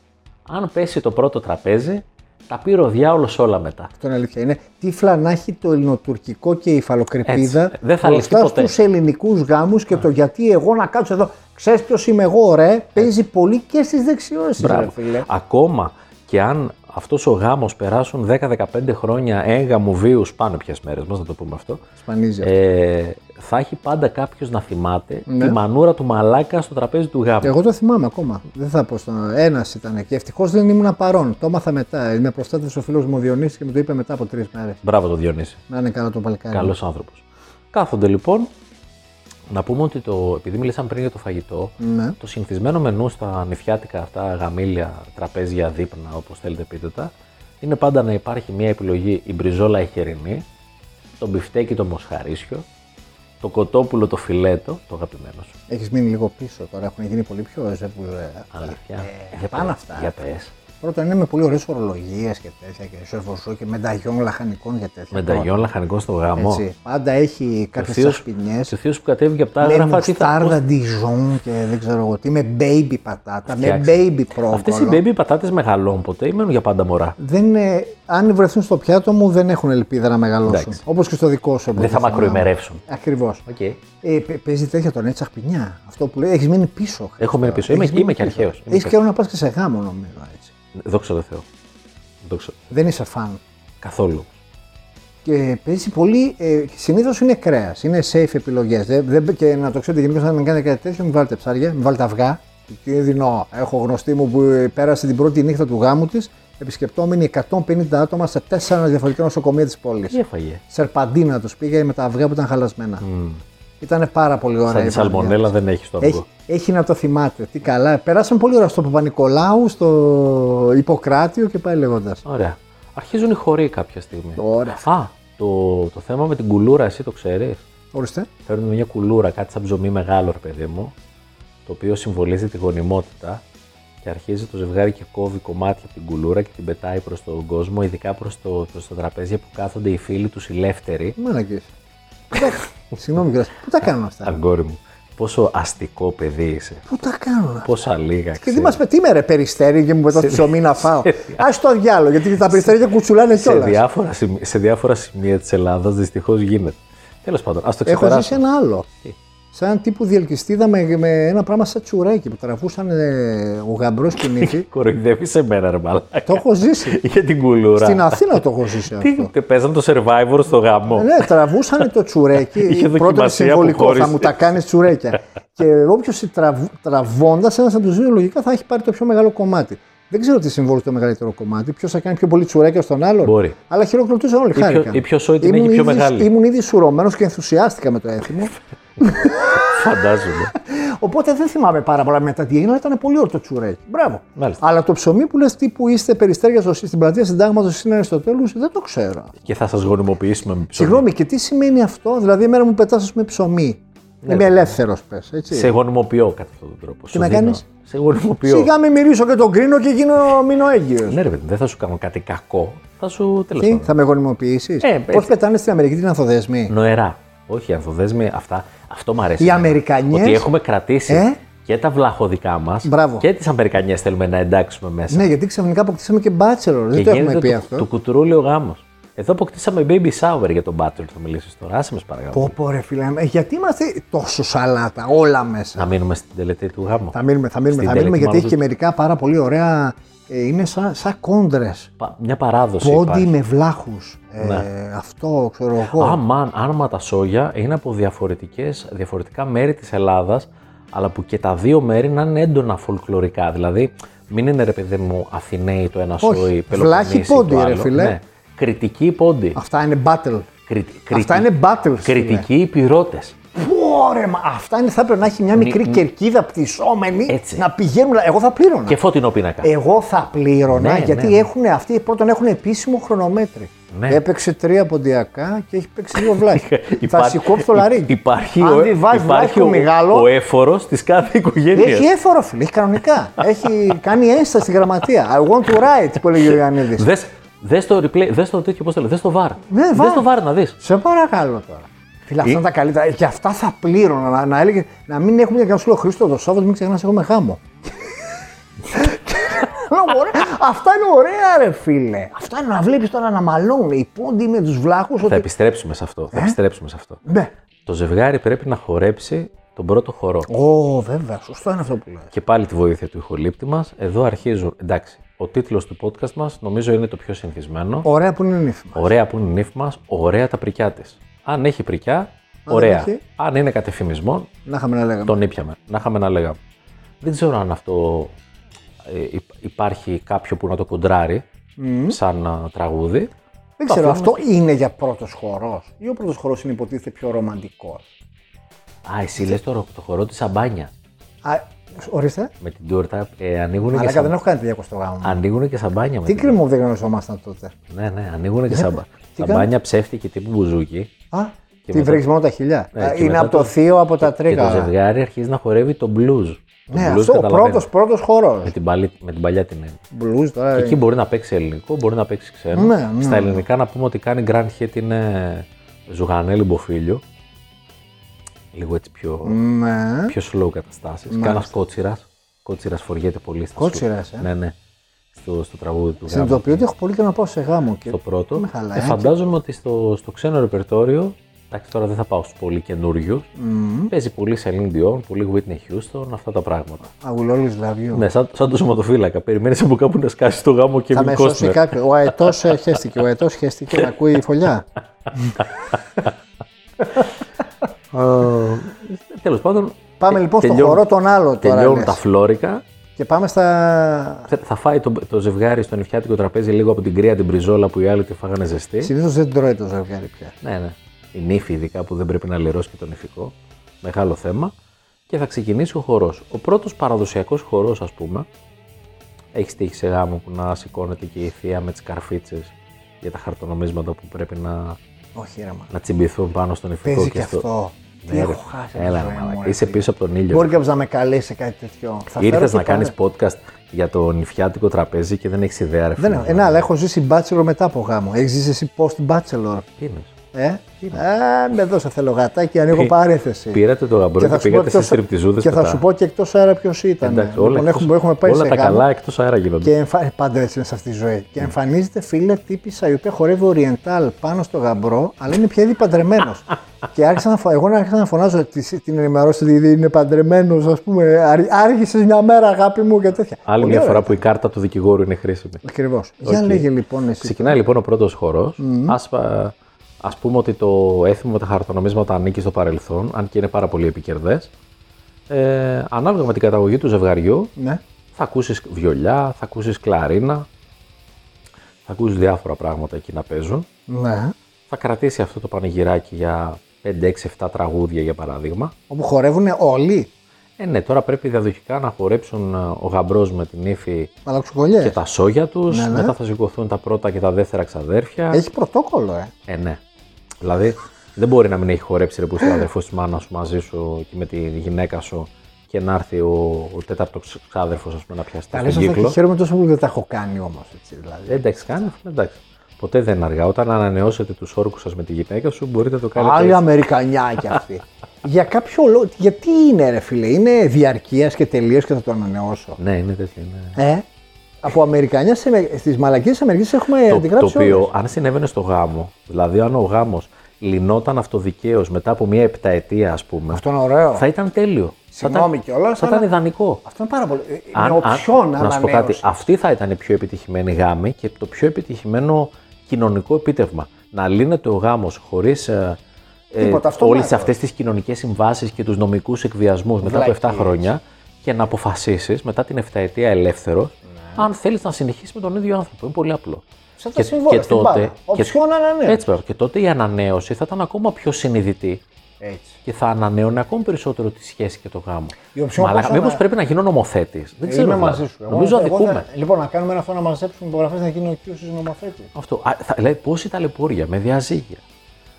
Speaker 2: Αν πέσει το πρώτο τραπέζι, τα πήρε ο διάολος όλα μετά.
Speaker 3: Αυτό είναι αλήθεια. Είναι τύφλα να έχει το ελληνοτουρκικό και η φαλοκρηπίδα
Speaker 2: Έτσι. Δεν θα λυθεί ποτέ.
Speaker 3: στους ελληνικούς γάμους και το γιατί εγώ να κάτσω εδώ. Ξέρεις ποιος είμαι εγώ, ρε. Παίζει πολύ και στις δεξιώσεις, ρε
Speaker 2: Ε.
Speaker 3: φίλε.
Speaker 2: Ακόμα και αν αυτός ο γάμος περάσουν 10-15 χρόνια έγγαμου βίους, πάνω πια μέρες μας, να το πούμε αυτό,
Speaker 3: Σπανίζει. αυτό.
Speaker 2: ε, θα έχει πάντα κάποιος να θυμάται
Speaker 3: Ναι.
Speaker 2: τη μανούρα του μαλάκα στο τραπέζι του γάμου.
Speaker 3: Εγώ το θυμάμαι ακόμα. Δεν θα πω στον. Ένας ήταν και ευτυχώς δεν ήμουν παρόν. Το έμαθα μετά. Με προστάτευσε ο φίλος μου ο Διονύσης και μου το είπε μετά από τρεις μέρες.
Speaker 2: Μπράβο το Διονύση.
Speaker 3: Να είναι καλά το παλικάρι.
Speaker 2: Καλός άνθρωπος. Κάθονται λοιπόν. Να πούμε ότι το, επειδή μιλήσαμε πριν για το φαγητό,
Speaker 3: Ναι.
Speaker 2: το συνηθισμένο μενού στα νηφιάτικα αυτά γαμήλια, τραπέζια, δείπνα, όπως θέλετε πείτε τα, είναι πάντα να υπάρχει μια επιλογή η μπριζόλα η χερινή, το μπιφτέκι το μοσχαρίσιο, το κοτόπουλο το φιλέτο, το αγαπημένο σου.
Speaker 3: Έχεις μείνει λίγο πίσω τώρα. Έχουν γίνει πολύ πιο ζευγού.
Speaker 2: Αλήθεια. πες,
Speaker 3: για πάνω Ε, αυτά. Ε,
Speaker 2: Για πες.
Speaker 3: Πρώτον είναι με πολύ ωραίες ορολογίες και τέτοια και σερβοσού και μενταγιών λαχανικών και τέτοια. Λοιπόν,
Speaker 2: Μενταγιόν λαχανικών στο γάμο.
Speaker 3: Έτσι. Πάντα έχει κάποιες
Speaker 2: θείος-
Speaker 3: ασπινιέ.
Speaker 2: Και ο θείος που κατέβηκε από τα
Speaker 3: Με
Speaker 2: άγραφα, τι θα
Speaker 3: μουστάρδα ντιζόν και δεν ξέρω εγώ τι. Με baby πατάτα, με
Speaker 2: Φτιάξε.
Speaker 3: baby
Speaker 2: Αυτές
Speaker 3: πρόβολο.
Speaker 2: οι baby πατάτες μεγαλώνουν ποτέ ή μένουν για πάντα μωρά.
Speaker 3: Δεν είναι, αν βρεθούν στο πιάτο μου δεν έχουν ελπίδα να μεγαλώσουν.
Speaker 2: Εντάξει.
Speaker 3: Όπως και στο δικό σου.
Speaker 2: Δεν θα μακροημερεύσουν.
Speaker 3: Ακριβώς.
Speaker 2: Okay.
Speaker 3: Ε, παι- παίζει τέτοια τον έτσι αχπινιά. Αυτό που λέει, έχεις μείνει πίσω.
Speaker 2: Έχω μείνει πίσω. Είμαι, είμαι και αρχαίο.
Speaker 3: Έχει καιρό να πας και σε γάμο νομίζω έτσι.
Speaker 2: Δόξα τω Θεώ. Δόξα.
Speaker 3: Δεν είσαι φαν.
Speaker 2: Καθόλου.
Speaker 3: Και παίζει πολύ. Ε, Συνήθως είναι κρέας, είναι safe επιλογές. και να το ξέρετε γενικώς, αν κάνετε κάτι τέτοιο, μην βάλετε ψάρια, μην βάλετε αυγά. Κίνδυνο. Έχω γνωστή μου που ε, πέρασε την πρώτη νύχτα του γάμου της, επισκεπτόμενη 150 άτομα σε τέσσερα διαφορετικά νοσοκομεία της πόλης.
Speaker 2: Τι έφαγε.
Speaker 3: Σερπαντίνα τους πήγα με τα αυγά που ήταν χαλασμένα. Ήταν πάρα πολύ ωραία.
Speaker 2: Σαν
Speaker 3: η
Speaker 2: τη
Speaker 3: παρέα.
Speaker 2: σαλμονέλα δεν έχει το
Speaker 3: Έχει,
Speaker 2: αυγό.
Speaker 3: έχει να το θυμάται. Τι καλά. Περάσαμε πολύ ώρα στο Παπα-Νικολάου, στο Ιπποκράτιο και πάει λέγοντας.
Speaker 2: Ωραία. Αρχίζουν οι χωροί κάποια στιγμή.
Speaker 3: Ωραία.
Speaker 2: Α, το, το θέμα με την κουλούρα, εσύ το ξέρεις.
Speaker 3: Ορίστε.
Speaker 2: Φέρνουν μια κουλούρα, κάτι σαν ψωμί μεγάλο, ρε παιδί μου, το οποίο συμβολίζει τη γονιμότητα και αρχίζει το ζευγάρι και κόβει κομμάτια από την κουλούρα και την πετάει προς τον κόσμο, ειδικά προς το, προς τα τραπέζια που κάθονται οι φίλοι τους οι ελεύθεροι.
Speaker 3: Μαλακίε. Συγγνώμη κιόλας. Πού τα κάνουν αυτά.
Speaker 2: Αγκόρι μου, πόσο αστικό παιδί είσαι.
Speaker 3: Πού τα κάνουν αυτά.
Speaker 2: Πόσα λίγα
Speaker 3: Και
Speaker 2: ξέρεις.
Speaker 3: τι μας πει, τι με ρε περιστέρι και μου πετά ψωμί να φάω. Α το διάλογο, γιατί τα περιστέρια κουτσουλάνε
Speaker 2: σε,
Speaker 3: κιόλας.
Speaker 2: διάφορα, σημεία- σε διάφορα σημεία της Ελλάδας δυστυχώς γίνεται. Τέλος πάντων, ας το
Speaker 3: Έχω ζήσει
Speaker 2: ξεπεράσουμε.
Speaker 3: ένα άλλο.
Speaker 2: Τι?
Speaker 3: Σαν τύπου διελκυστίδα με, με ένα πράγμα σαν τσουρέκι που τραβούσαν ε, ο γαμπρός και η νύχη.
Speaker 2: Κοροϊδεύει σε μένα, ρε μαλάκα.
Speaker 3: το έχω ζήσει.
Speaker 2: Για την κουλούρα.
Speaker 3: Στην Αθήνα το έχω ζήσει
Speaker 2: Τι,
Speaker 3: αυτό.
Speaker 2: παίζαν το survivor στο γάμο.
Speaker 3: Ναι, τραβούσαν το
Speaker 2: Είχε
Speaker 3: τσουρέκι. Πρώτον είναι
Speaker 2: δοκιμασία που
Speaker 3: συμβολικό,
Speaker 2: χώρισε.
Speaker 3: θα μου τα κάνεις τσουρέκια. και όποιος τραβώντας, ένας από τους δύο λογικά θα έχει πάρει το πιο μεγάλο κομμάτι. Δεν ξέρω τι συμβολίζει το μεγαλύτερο κομμάτι. Ποιος θα κάνει πιο πολύ τσουρέκια στον άλλον.
Speaker 2: Μπορεί.
Speaker 3: Αλλά χειροκροτούσαν όλοι.
Speaker 2: πιο-
Speaker 3: Χάρηκα.
Speaker 2: η πιο σόη την έχει πιο μεγάλη.
Speaker 3: Ήμουν ήδη σουρωμένος και ενθουσιάστηκα με το έθιμο.
Speaker 2: Φαντάζομαι.
Speaker 3: Οπότε δεν θυμάμαι πάρα πολλά μετά τι έγινε, αλλά ήταν πολύ ωραίο το τσουρέκι. Μπράβο.
Speaker 2: Μάλιστα.
Speaker 3: Αλλά το ψωμί που λες τύπου είστε περιστέρια στο, στην πλατεία συντάγματος είναι στο τέλος, δεν το ξέρω.
Speaker 2: και θα σας γονιμοποιήσουμε με ψωμί.
Speaker 3: Συγγνώμη, και τι σημαίνει αυτό, δηλαδή, εμένα μου πετάς με ψωμί. Είμαι ελεύθερος, πες. Έτσι.
Speaker 2: Ναι, Σε γονιμοποιώ κατά αυτόν τον τρόπο. Σου
Speaker 3: να
Speaker 2: δίνω-
Speaker 3: κάνεις?
Speaker 2: Σε γονιμοποιώ.
Speaker 3: Σιγά με μυρίσω και τον κρίνω και γίνω μείνω έγκυος.
Speaker 2: Ναι, ρε παιδί, δεν θα σου κάνω κάτι κακό. Θα σου τέλος
Speaker 3: Τι,
Speaker 2: πάντων.
Speaker 3: θα με γονιμοποιήσεις.
Speaker 2: Ε,
Speaker 3: Πώς
Speaker 2: έτσι. Ναι.
Speaker 3: πετάνε στην Αμερική την ανθοδέσμη.
Speaker 2: Νοερά. Όχι, ανθοδέσμοι, αυτά. Αυτό μου αρέσει.
Speaker 3: Οι
Speaker 2: εμένα.
Speaker 3: Αμερικανιές-
Speaker 2: Ότι έχουμε κρατήσει
Speaker 3: Ε?
Speaker 2: και τα βλαχοδικά μας
Speaker 3: Μπράβο.
Speaker 2: και τις Αμερικανιές θέλουμε να εντάξουμε μέσα.
Speaker 3: Ναι, γιατί ξαφνικά αποκτήσαμε και bachelor.
Speaker 2: και
Speaker 3: Δεν το έχουμε
Speaker 2: γίνεται
Speaker 3: πει
Speaker 2: το,
Speaker 3: αυτό.
Speaker 2: το κουτουρούλιο γάμος. Εδώ αποκτήσαμε baby shower για τον Bachelor, θα μιλήσεις τώρα. Άσε με παρακαλώ.
Speaker 3: Πω, πω, ρε φίλε, ε, γιατί είμαστε τόσο σαλάτα, όλα μέσα.
Speaker 2: Να μείνουμε στην τελετή του γάμου.
Speaker 3: Θα μείνουμε, θα μείνουμε,
Speaker 2: Στην
Speaker 3: θα
Speaker 2: τελετή
Speaker 3: μείνουμε γιατί
Speaker 2: μάλλον
Speaker 3: έχει και μερικά πάρα πολύ ωραία. ε, είναι σαν, σαν κόντρες.
Speaker 2: Πα- Μια παράδοση.
Speaker 3: Πόντι
Speaker 2: υπάρχει. Ναι.
Speaker 3: με βλάχους. Ε, Αυτό ξέρω εγώ.
Speaker 2: Αμάν, άρμα τα σόγια είναι από διαφορετικές, διαφορετικά μέρη της Ελλάδας, αλλά που και τα δύο μέρη να είναι έντονα φολκλωρικά. Δηλαδή, μην είναι ρε παιδί μου Αθηναίοι το ένα
Speaker 3: Όχι,
Speaker 2: σόι,
Speaker 3: βλάχοι
Speaker 2: Πελοποννήσι
Speaker 3: πόντι,
Speaker 2: το
Speaker 3: ρε
Speaker 2: άλλο.
Speaker 3: φίλε.
Speaker 2: Ναι. Κριτική πόντι.
Speaker 3: Αυτά είναι battle.
Speaker 2: Κρι,
Speaker 3: Αυτά είναι battles.
Speaker 2: Κριτική πυρώτες.
Speaker 3: Πω, ρε, μα αυτά είναι, θα έπρεπε να έχει μια μικρή κερκίδα πτυσσόμενη
Speaker 2: Έτσι.
Speaker 3: να πηγαίνουν. Εγώ θα πλήρωνα.
Speaker 2: Και φώτινο πίνακα.
Speaker 3: Εγώ θα πλήρωνα
Speaker 2: Ναι,
Speaker 3: γιατί
Speaker 2: ναι, ναι.
Speaker 3: έχουν αυτοί πρώτον έχουν επίσημο χρονομέτρη.
Speaker 2: Ναι.
Speaker 3: Έπαιξε τρία ποντιακά και έχει παίξει δύο βλάχια. θα
Speaker 2: Υπά-
Speaker 3: σου κόψει το λαρίκι.
Speaker 2: υ- Υπάρχει,
Speaker 3: Αν
Speaker 2: ο,
Speaker 3: δεν βάζεις
Speaker 2: υπάρχει
Speaker 3: βλάχιο
Speaker 2: ο,
Speaker 3: μεγάλο,
Speaker 2: ο έφορος της κάθε οικογένειας.
Speaker 3: έχει έφορο φίλε, έχει κανονικά. έχει κάνει ένσταση στη γραμματεία. I want to write που έλεγε ο Ιωαννίδη.
Speaker 2: Δες, δες το replay, δες το τέτοιο, πώς το λέω, δες το βαρ.
Speaker 3: Ναι,
Speaker 2: δες
Speaker 3: βαρ.
Speaker 2: το βαρ να δεις.
Speaker 3: Σε παρακαλώ τώρα. Φίλε, αυτά είναι τα καλύτερα. Ε, Και αυτά θα πλήρωνα. Να, να, έλεγε, να μην έχουμε για κανένα Χρήστος το Σάββατο, μην ξεχνάς, έχουμε γάμο. Λέω, «Ωραία, αυτά είναι ωραία, ρε φίλε. Αυτά είναι να βλέπεις τώρα να μαλώνουν. Οι πόντι με τους βλάχους.
Speaker 2: Θα
Speaker 3: Ότι...
Speaker 2: επιστρέψουμε σε αυτό. Θα
Speaker 3: Ε.
Speaker 2: επιστρέψουμε σε αυτό.
Speaker 3: Ναι.
Speaker 2: Το ζευγάρι πρέπει να χορέψει τον πρώτο χορό.
Speaker 3: Ω, βέβαια, σωστό είναι αυτό που λέει.
Speaker 2: Και πάλι τη βοήθεια του ηχολήπτη μας, εδώ αρχίζουν. Εντάξει, ο τίτλος του podcast μας νομίζω είναι το πιο συνηθισμένο.
Speaker 3: Ωραία που είναι νύφημα.
Speaker 2: Ωραία που είναι η νύφη μας, ωραία τα πρικιά της. Αν έχει πρικιά,
Speaker 3: δεν
Speaker 2: ωραία.
Speaker 3: έχει.
Speaker 2: Αν είναι κατεφημισμό,
Speaker 3: Να είχαμε να λέγαμε.
Speaker 2: τον ήπιαμε. Να είχαμε να λέγαμε. Δεν ξέρω αν αυτό ε, υ- υπάρχει κάποιο που να το κοντράρει σαν α, τραγούδι.
Speaker 3: Δεν
Speaker 2: Το
Speaker 3: ξέρω,
Speaker 2: αφήνουμε
Speaker 3: αυτό είναι για πρώτος χορός. Ή ο πρώτος χορός είναι υποτίθεται πιο ρομαντικός.
Speaker 2: Α, εσύ λες το, το χορό της σαμπάνια.
Speaker 3: Ορίστε.
Speaker 2: Με την τούρτα ε, ανοίγουν, και
Speaker 3: Αλλά
Speaker 2: σαμπ...
Speaker 3: δεν έχω κάνει τέτοια στο γάμο. μου.
Speaker 2: ανοίγουν και σαμπάνια με
Speaker 3: Τι
Speaker 2: την
Speaker 3: κρίμα που δεν γνωριζόμασταν τότε.
Speaker 2: Ναι, ναι, ανοίγουν
Speaker 3: Ε,
Speaker 2: και σαμπα...
Speaker 3: κάνουν?
Speaker 2: σαμπάνια ψεύτικη τύπου μπουζούκι.
Speaker 3: Α,
Speaker 2: Και
Speaker 3: τι
Speaker 2: μετά-
Speaker 3: βρήκες μόνο τα χιλιά.
Speaker 2: Ε, και
Speaker 3: είναι
Speaker 2: μετά
Speaker 3: από το
Speaker 2: το-
Speaker 3: θείο, από τα
Speaker 2: Και το
Speaker 3: τρίκαλα.
Speaker 2: ζευγάρι αρχίζει να χορεύει το blues. Το
Speaker 3: Ναι,
Speaker 2: blues
Speaker 3: αυτό ο
Speaker 2: καταλαβαίνεις,
Speaker 3: πρώτος πρώτος χορό.
Speaker 2: Με την, πάλι- με την παλιά την έννοια.
Speaker 3: Blues τώρα. ε,
Speaker 2: Εκεί μπορεί να παίξει ελληνικό, μπορεί να παίξει ξένο.
Speaker 3: Ναι, ναι,
Speaker 2: Στα ελληνικά να πούμε ότι κάνει grand hit είναι ζουγανέλη μποφίλιο. Λίγο έτσι πιο,
Speaker 3: Ναι.
Speaker 2: πιο slow καταστάσεις. Και ένα κότσιρας. Κότσιρας φοριέται πολύ στα
Speaker 3: Κότσιρας,
Speaker 2: σου-
Speaker 3: ε.
Speaker 2: Ναι, ναι. Στο, στο τραγούδι του. γάμου.
Speaker 3: Συνειδητοποιώ ότι έχω πολύ και να πάω σε γάμο. Και...
Speaker 2: το πρώτο.
Speaker 3: Με χαλάει.
Speaker 2: Ε, φαντάζομαι ότι στο, στο ξένο ρεπερτόριο, εντάξει τώρα δεν θα πάω στους πολύ καινούριους. παίζει πολύ Celine Dion, πολύ Whitney Houston, αυτά τα πράγματα.
Speaker 3: I will always love you.
Speaker 2: Ναι, σαν, σαν το σωματοφύλακα. Περιμένεις από κάπου να σκάσει το γάμο και
Speaker 3: Θα
Speaker 2: μην
Speaker 3: με σώσει
Speaker 2: κόστο.
Speaker 3: κάποιο. Ο αετός χέστηκε. Ο αετός χέστηκε να ακούει φωλιά.
Speaker 2: Τέλος πάντων.
Speaker 3: Ε, Πάμε λοιπόν στον
Speaker 2: τελειώνουν-
Speaker 3: χορό τον άλλο τώρα.
Speaker 2: Τελειώνουν
Speaker 3: λες.
Speaker 2: Ε, τα φλόρικα.
Speaker 3: Και πάμε στα.
Speaker 2: Θε- Θα φάει το, το ζευγάρι στο νηφιάτικο τραπέζι λίγο από την κρύα την μπριζόλα που οι άλλοι τη φάγανε ζεστή.
Speaker 3: Συνήθως δεν τρώει το ζευγάρι πια.
Speaker 2: Ναι, ναι. Η νύφη ειδικά που δεν πρέπει να λερώσει και το νηφικό. Μεγάλο θέμα. Και θα ξεκινήσει ο χορός. Ο πρώτος παραδοσιακός χορός, ας πούμε, έχει τύχει σε γάμο που να σηκώνεται και η θεία με τις καρφίτσες για τα χαρτονομίσματα που πρέπει να,
Speaker 3: Όχι, ρε μα.
Speaker 2: να τσιμπηθούν πάνω στο νηφικό.
Speaker 3: Παίζει και
Speaker 2: στο-
Speaker 3: αυτό. Τι
Speaker 2: Ναι,
Speaker 3: έχω
Speaker 2: ρε.
Speaker 3: χάσει. από τη
Speaker 2: Έλα,
Speaker 3: ζωή
Speaker 2: ρε,
Speaker 3: μου,
Speaker 2: μαλάκα.
Speaker 3: ρε,
Speaker 2: Είσαι
Speaker 3: φίλε.
Speaker 2: πίσω από τον ήλιο.
Speaker 3: Μπορεί κάποιος να με καλέσει κάτι τέτοιο. Θα φέρω
Speaker 2: Ήρθες
Speaker 3: και
Speaker 2: να κάνεις
Speaker 3: πάνε.
Speaker 2: podcast για το νηφιάτικο τραπέζι και δεν έχεις ιδέα, ρε.
Speaker 3: Δεν
Speaker 2: φίλε.
Speaker 3: έχω. Ε, ναι, αλλά έχω ζήσει bachelor μετά από γάμο. Έχεις ζήσει εσύ post bachelor.
Speaker 2: Τι είναι?
Speaker 3: Ε, ε με δώσε θέλω γατάκι, ανοίγω παρέθεση.
Speaker 2: Ε, Πήρατε το γαμπρό και, πήγατε σε
Speaker 3: εκτός-
Speaker 2: στριπτιζούδες.
Speaker 3: και θα σου πω και εκτός αέρα ποιος ήταν.
Speaker 2: όλα,
Speaker 3: λοιπόν,
Speaker 2: εκτός-
Speaker 3: έχουμε, έχουμε πάει
Speaker 2: όλα
Speaker 3: σε
Speaker 2: τα
Speaker 3: γάμο
Speaker 2: καλά εκτός αέρα γίνονται.
Speaker 3: Και εμφα... ε, πάντα έτσι είναι σε αυτή τη ζωή.
Speaker 2: Ναι.
Speaker 3: Και εμφανίζεται φίλε τύπησα η οποία χορεύει Oriental πάνω στο γαμπρό, αλλά είναι πια ήδη παντρεμένος. και άρχισα να φω... εγώ να άρχισα να φωνάζω τη- την ενημερώση ότι είναι παντρεμένος, ας πούμε. Άρχισες μια μέρα, αγάπη μου και τέτοια.
Speaker 2: Άλλη μια φορά που η κάρτα του δικηγόρου είναι χρήσιμη.
Speaker 3: Ακριβώς. Για λέγε λοιπόν εσύ.
Speaker 2: Ξεκινάει λοιπόν ο πρώτος χορός. Ας, α ας πούμε ότι το έθιμο με τα χαρτονομίσματα ανήκει στο παρελθόν, αν και είναι πάρα πολύ επικερδές. Ε, ανάλογα με την καταγωγή του ζευγαριού,
Speaker 3: Ναι.
Speaker 2: θα ακούσεις βιολιά, θα ακούσεις κλαρίνα, θα ακούσεις διάφορα πράγματα εκεί να παίζουν.
Speaker 3: ναι.
Speaker 2: Θα κρατήσει αυτό το πανηγυράκι για 5, 6, 7 τραγούδια για παράδειγμα.
Speaker 3: Όπου χορεύουν όλοι.
Speaker 2: Ε, ναι, τώρα πρέπει διαδοχικά να χορέψουν ε, ο γαμπρός με την ύφη
Speaker 3: Μαλαξουκολιέ.
Speaker 2: και τα σόγια τους,
Speaker 3: Ναι,
Speaker 2: μετά θα σηκωθούν τα πρώτα και τα δεύτερα ξαδέρφια.
Speaker 3: Έχει πρωτόκολλο, ε.
Speaker 2: Ε, ναι. Δηλαδή, Δεν μπορεί να μην έχει χορέψει ρε που είσαι ο αδερφός της μάνας σου μαζί σου και με τη γυναίκα σου και να έρθει ο, ο τέταρτος ξάδερφος να πιαστεί.
Speaker 3: Καλέ
Speaker 2: στον
Speaker 3: σα και
Speaker 2: κύκλο.
Speaker 3: χαίρομαι τόσο που δεν τα έχω κάνει όμως. Δηλαδή.
Speaker 2: Δεν τα έχεις κάνει, αυτό Ε, εντάξει. Ποτέ δεν είναι αργά. Όταν ανανεώσετε τους όρκους σας με τη γυναίκα σου, μπορείτε να το κάνετε.
Speaker 3: Άλλη
Speaker 2: έτσι.
Speaker 3: Αμερικανιάκια αυτή. Για κάποιο λόγο. Γιατί είναι, ρε φίλε, είναι διαρκείας και τελείως και θα το ανανεώσω.
Speaker 2: Ναι, είναι τέτοιο. Είναι...
Speaker 3: Ε, από Αμερικανιάς στις μαλακίες της Αμερικής έχουμε
Speaker 2: Το, το
Speaker 3: αντιγράψει. όλες.
Speaker 2: οποίο, αν συνέβαινε στο γάμο, δηλαδή αν ο γάμος λυνόταν αυτοδικαίως μετά από μια επταετία, ας πούμε.
Speaker 3: Αυτό είναι ωραίο.
Speaker 2: Θα ήταν τέλειο.
Speaker 3: Συγγνώμη
Speaker 2: θα ήταν,
Speaker 3: κιόλας,
Speaker 2: Θα ήταν
Speaker 3: αλλά-
Speaker 2: ιδανικό.
Speaker 3: Αυτό είναι πάρα πολύ. ε, Είναι οψιόν
Speaker 2: να σου πω κάτι,
Speaker 3: ανανέωση.
Speaker 2: αυτή θα ήταν η πιο επιτυχημένη γάμη και το πιο επιτυχημένο κοινωνικό επίτευγμα. Να λύνεται ο ε, γάμος χωρίς
Speaker 3: Τίποτα, αυτό
Speaker 2: όλες
Speaker 3: μάλλον.
Speaker 2: αυτές τις κοινωνικές συμβάσεις και τους νομικούς εκβιασμούς μετά από 7 χρόνια και να αποφασίσεις μετά την 7 ετία ελεύθερο
Speaker 3: Ναι.
Speaker 2: αν θέλεις να συνεχίσεις με τον ίδιο άνθρωπο. Είναι πολύ απλό.
Speaker 3: Σαν τα συμβόλαια, στην μπάλα. Οψιόν ανανέωση.
Speaker 2: Έτσι, βέβαια. και τότε η ανανέωση θα ήταν ακόμα πιο συνειδητή
Speaker 3: Έτσι.
Speaker 2: και θα ανανέωνε ακόμη περισσότερο τη σχέση και το γάμο.
Speaker 3: Η οψιόν πόσο
Speaker 2: μήπω
Speaker 3: να-
Speaker 2: πρέπει να γίνω νομοθέτης. Δεν ξέρω.
Speaker 3: Είμαι
Speaker 2: δηλαδή.
Speaker 3: μαζί σου. Εγώ-
Speaker 2: Νομίζω
Speaker 3: εγώ δεν-
Speaker 2: αδικούμε.
Speaker 3: Λοιπόν, να κάνουμε ένα αυτό να μαζέψουμε υπογραφές να γίνει ο κύριος νομοθέτης.
Speaker 2: Αυτό. Α, θα, λέει πόση ταλαιπώρια με διαζύγια.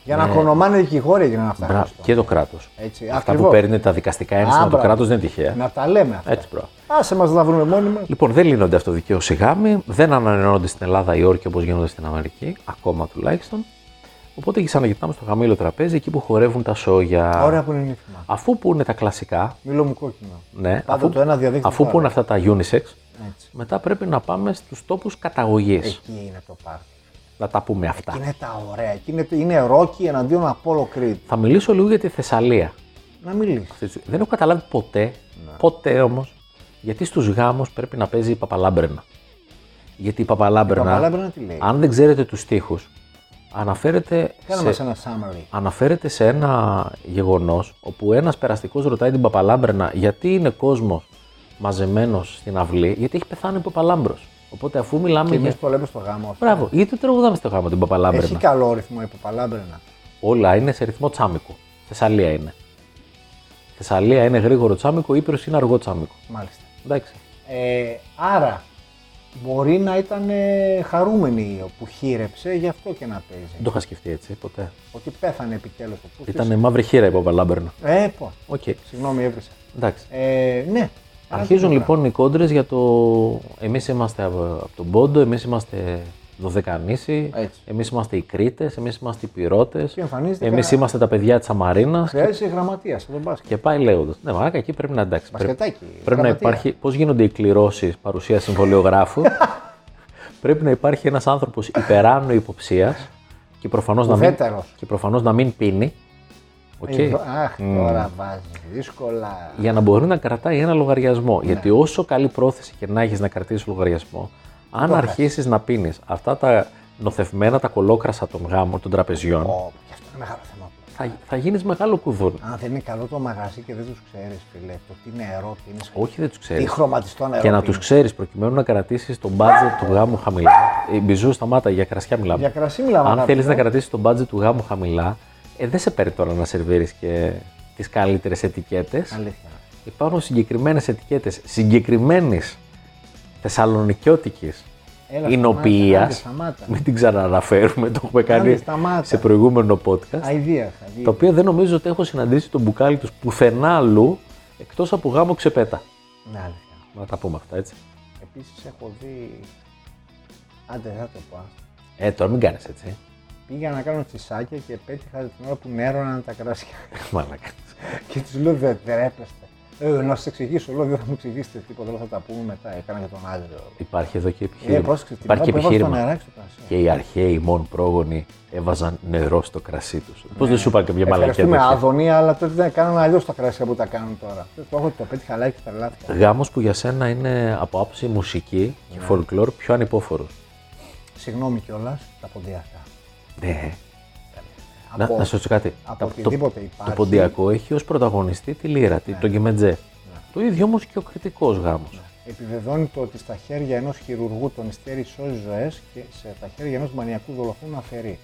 Speaker 3: Για να κονομάνε δικηγόροι έγιναν αυτά.
Speaker 2: Ναι. Μπράβο.
Speaker 3: Χρήστο.
Speaker 2: Και το κράτος.
Speaker 3: Έτσι,
Speaker 2: Αυτά
Speaker 3: ακριβώς.
Speaker 2: που παίρνει τα δικαστικά ένσημα το
Speaker 3: μπράβο.
Speaker 2: κράτος δεν είναι τυχαία.
Speaker 3: Να τα λέμε αυτά.
Speaker 2: Έτσι, μπράβο.
Speaker 3: Άσε μας να τα βρούμε μόνοι μας.
Speaker 2: Λοιπόν, δεν λύνονται αυτοδικαίω οι γάμοι, δεν ανανεώνονται στην Ελλάδα οι όρκοι όπως γίνονται στην Αμερική, ακόμα τουλάχιστον. Οπότε ξαναγυρνάμε στο χαμηλό τραπέζι εκεί που χορεύουν τα σόγια.
Speaker 3: Ωραία που είναι νύχημα.
Speaker 2: Αφού που είναι τα κλασικά,
Speaker 3: Μίλω μου κόκκινο.
Speaker 2: ναι,
Speaker 3: Πάντα
Speaker 2: αφού,
Speaker 3: το ένα διαδίκτυο
Speaker 2: αφού
Speaker 3: το
Speaker 2: που
Speaker 3: άλλο.
Speaker 2: είναι αυτά τα unisex,
Speaker 3: Έτσι.
Speaker 2: μετά πρέπει να πάμε στους τόπους καταγωγής.
Speaker 3: Εκεί είναι το πάρτι.
Speaker 2: Να τα πούμε αυτά.
Speaker 3: Εκεί είναι τα ωραία. Εκεί είναι, είναι ρόκι εναντίον Απόλο Creed.
Speaker 2: Θα μιλήσω λίγο για τη Θεσσαλία.
Speaker 3: Να μιλήσεις.
Speaker 2: Αυτή τη στιγμή. Δεν έχω καταλάβει ποτέ,
Speaker 3: Ναι.
Speaker 2: ποτέ όμως, γιατί στους γάμους πρέπει να παίζει η παπαλάμπρενα. Γιατί η παπαλάμπρενα,
Speaker 3: Παπαλάμπρενα τι λέει.
Speaker 2: αν δεν ξέρετε τους τοίχου, αναφέρεται
Speaker 3: Κάνε
Speaker 2: σε,
Speaker 3: μας ένα summary.
Speaker 2: αναφέρεται σε ένα γεγονός όπου ένας περαστικός ρωτάει την παπαλάμπρενα γιατί είναι κόσμος μαζεμένος στην αυλή, γιατί έχει πεθάνει ο παπαλάμπρος. Οπότε αφού μιλάμε
Speaker 3: Και
Speaker 2: για.
Speaker 3: εμείς το λέμε στο γάμο. αυτό.
Speaker 2: Μπράβο, ή το τραγουδάμε στο γάμο την παπαλάμπρενα.
Speaker 3: Έχει καλό ρυθμό η Παπαλάμπρενα.
Speaker 2: Όλα είναι σε ρυθμό τσάμικο. Θεσσαλία είναι. Θεσσαλία είναι γρήγορο τσάμικο, Ήπειρος είναι αργό τσάμικο.
Speaker 3: Μάλιστα.
Speaker 2: Εντάξει.
Speaker 3: Ε, άρα, μπορεί να ήταν ε, χαρούμενη που χείρεψε, γι' αυτό και να παίζει.
Speaker 2: Δεν το είχα σκεφτεί έτσι ποτέ.
Speaker 3: Ότι πέθανε επιτέλους ο Πούτης.
Speaker 2: Ήταν μαύρη χείρα η Παπαλάμπερνα.
Speaker 3: Ε, πω.
Speaker 2: Οκ.
Speaker 3: Συγγνώμη, έβρισα.
Speaker 2: Εντάξει.
Speaker 3: Ε, ναι.
Speaker 2: Αρχίζουν λοιπόν οι κόντρες για το. Εμείς είμαστε από τον Πόντο, εμείς είμαστε Δωδεκανήσι,
Speaker 3: Έτσι.
Speaker 2: εμείς είμαστε οι Κρήτες, εμείς είμαστε οι Πυρώτε,
Speaker 3: Και εμφανίζεται
Speaker 2: εμείς
Speaker 3: κανένα-
Speaker 2: είμαστε τα παιδιά της Αμαρίνας.
Speaker 3: Χρειάζεσαι γραμματεία σε τον μπάσκετ.
Speaker 2: Και πάει λέγοντας. Ναι, μαράκα, εκεί πρέπει να εντάξει. Πρέπει,
Speaker 3: Μπασκετάκι,
Speaker 2: πρέπει να
Speaker 3: γραμματεία.
Speaker 2: υπάρχει. Πώς γίνονται οι κληρώσεις παρουσίας συμβολιογράφου. πρέπει να υπάρχει ένας άνθρωπος υπεράνω υποψίας και προφανώς να, μην-
Speaker 3: Ουδέτερος. Ε,
Speaker 2: και προφανώς να μην πίνει. Οκ.
Speaker 3: Εδώ- Αχ, τώρα βάζεις δύσκολα.
Speaker 2: Για να μπορεί να κρατάει ένα λογαριασμό.
Speaker 3: Ναι.
Speaker 2: Γιατί όσο καλή πρόθεση και να έχεις να κρατήσεις λογαριασμό, αν αρχίσεις να πίνεις αυτά τα νοθευμένα, τα κολόκρασα των γάμων, των τραπεζιών,
Speaker 3: Ω, και αυτό είναι μεγάλο θέμα.
Speaker 2: θα, θα γίνεις μεγάλο κουδούνι.
Speaker 3: Αν δεν είναι καλό το μαγαζί και δεν τους ξέρεις, φίλε, το τι νερό, τι είναι
Speaker 2: Όχι, δεν τους ξέρει.
Speaker 3: Τι χρωματιστό νερό.
Speaker 2: Και να
Speaker 3: πίνεις.
Speaker 2: του ξέρεις προκειμένου να κρατήσεις τον budget του γάμου χαμηλά. Ε, Μπιζού, σταμάτα, για κρασιά μιλάμε.
Speaker 3: Για ε. κρασί μιλάμε.
Speaker 2: Αν θέλει να
Speaker 3: πίνουμε.
Speaker 2: κρατήσεις τον budget του γάμου χαμηλά, ε, δεν σε παίρνει τώρα να σερβίρεις και τις καλύτερες ετικέτες.
Speaker 3: Αλήθεια.
Speaker 2: Υπάρχουν συγκεκριμένες ετικέτες συγκεκριμένης θεσσαλονικιώτικης
Speaker 3: Έλα,
Speaker 2: εινοποιία.
Speaker 3: σταμάτα, άντε, σταμάτα.
Speaker 2: Μην την ξαναναφέρουμε, το έχουμε κάνει
Speaker 3: Άντε, σταμάτα.
Speaker 2: σε προηγούμενο podcast.
Speaker 3: Αιδία θα δει.
Speaker 2: Το οποίο δεν νομίζω ότι έχω συναντήσει τον μπουκάλι τους πουθενά αλλού εκτός από γάμο ξεπέτα.
Speaker 3: Ναι, αλήθεια.
Speaker 2: Να τα πούμε αυτά έτσι.
Speaker 3: Επίσης έχω δει. Άντε, δεν θα το πω.
Speaker 2: Ε, τώρα μην κάνεις έτσι.
Speaker 3: Πήγα να κάνω τσισάκια και πέτυχα την ώρα που νέρωναν τα κράσια.
Speaker 2: Μαλάκα.
Speaker 3: και τους λέω δεν τρέπεστε. Ε, να σας εξηγήσω, λέω δεν θα μου εξηγήσετε τίποτα, όλα θα τα πούμε μετά. Έκανα και τον άντρα.
Speaker 2: Υπάρχει εδώ και επιχείρημα.
Speaker 3: Ε, πρόσεξε, την
Speaker 2: Υπάρχει και
Speaker 3: ώρα που έβαλα το
Speaker 2: επιχείρημα.
Speaker 3: νεράκι στο κρασί.
Speaker 2: Και οι αρχαίοι μόν πρόγονοι έβαζαν νερό στο κρασί τους. Πώς δεν σου είπα και μια μαλακιά
Speaker 3: Ε, Ευχαριστούμε
Speaker 2: τέτοια.
Speaker 3: άδωνη, αλλά τότε δεν κάνανε αλλιώς τα κράσια που τα κάνουν τώρα. Το έχω το πέτυχα, αλλά και τα λάθη.
Speaker 2: Γάμος που για σένα είναι από άποψη μουσική και
Speaker 3: Ναι.
Speaker 2: φολκλόρ πιο ανυπόφορος.
Speaker 3: Συγγνώμη κιόλας, τα ποντιακά.
Speaker 2: Ναι. Να,
Speaker 3: Από-
Speaker 2: να σου πω κάτι.
Speaker 3: από
Speaker 2: Τα- το,
Speaker 3: οτιδήποτε
Speaker 2: το
Speaker 3: υπάρχει.
Speaker 2: ποντιακό έχει ως πρωταγωνιστή τη λύρα,
Speaker 3: Ναι.
Speaker 2: τη- τον κιμετζέ. Το ίδιο όμως και ο κριτικός γάμος.
Speaker 3: Επιβεβαιώνει το ότι στα χέρια ενός χειρουργού τον ιστέρι σώζει ζωές και σε τα χέρια ενός μανιακού δολοφόνου αφαιρεί.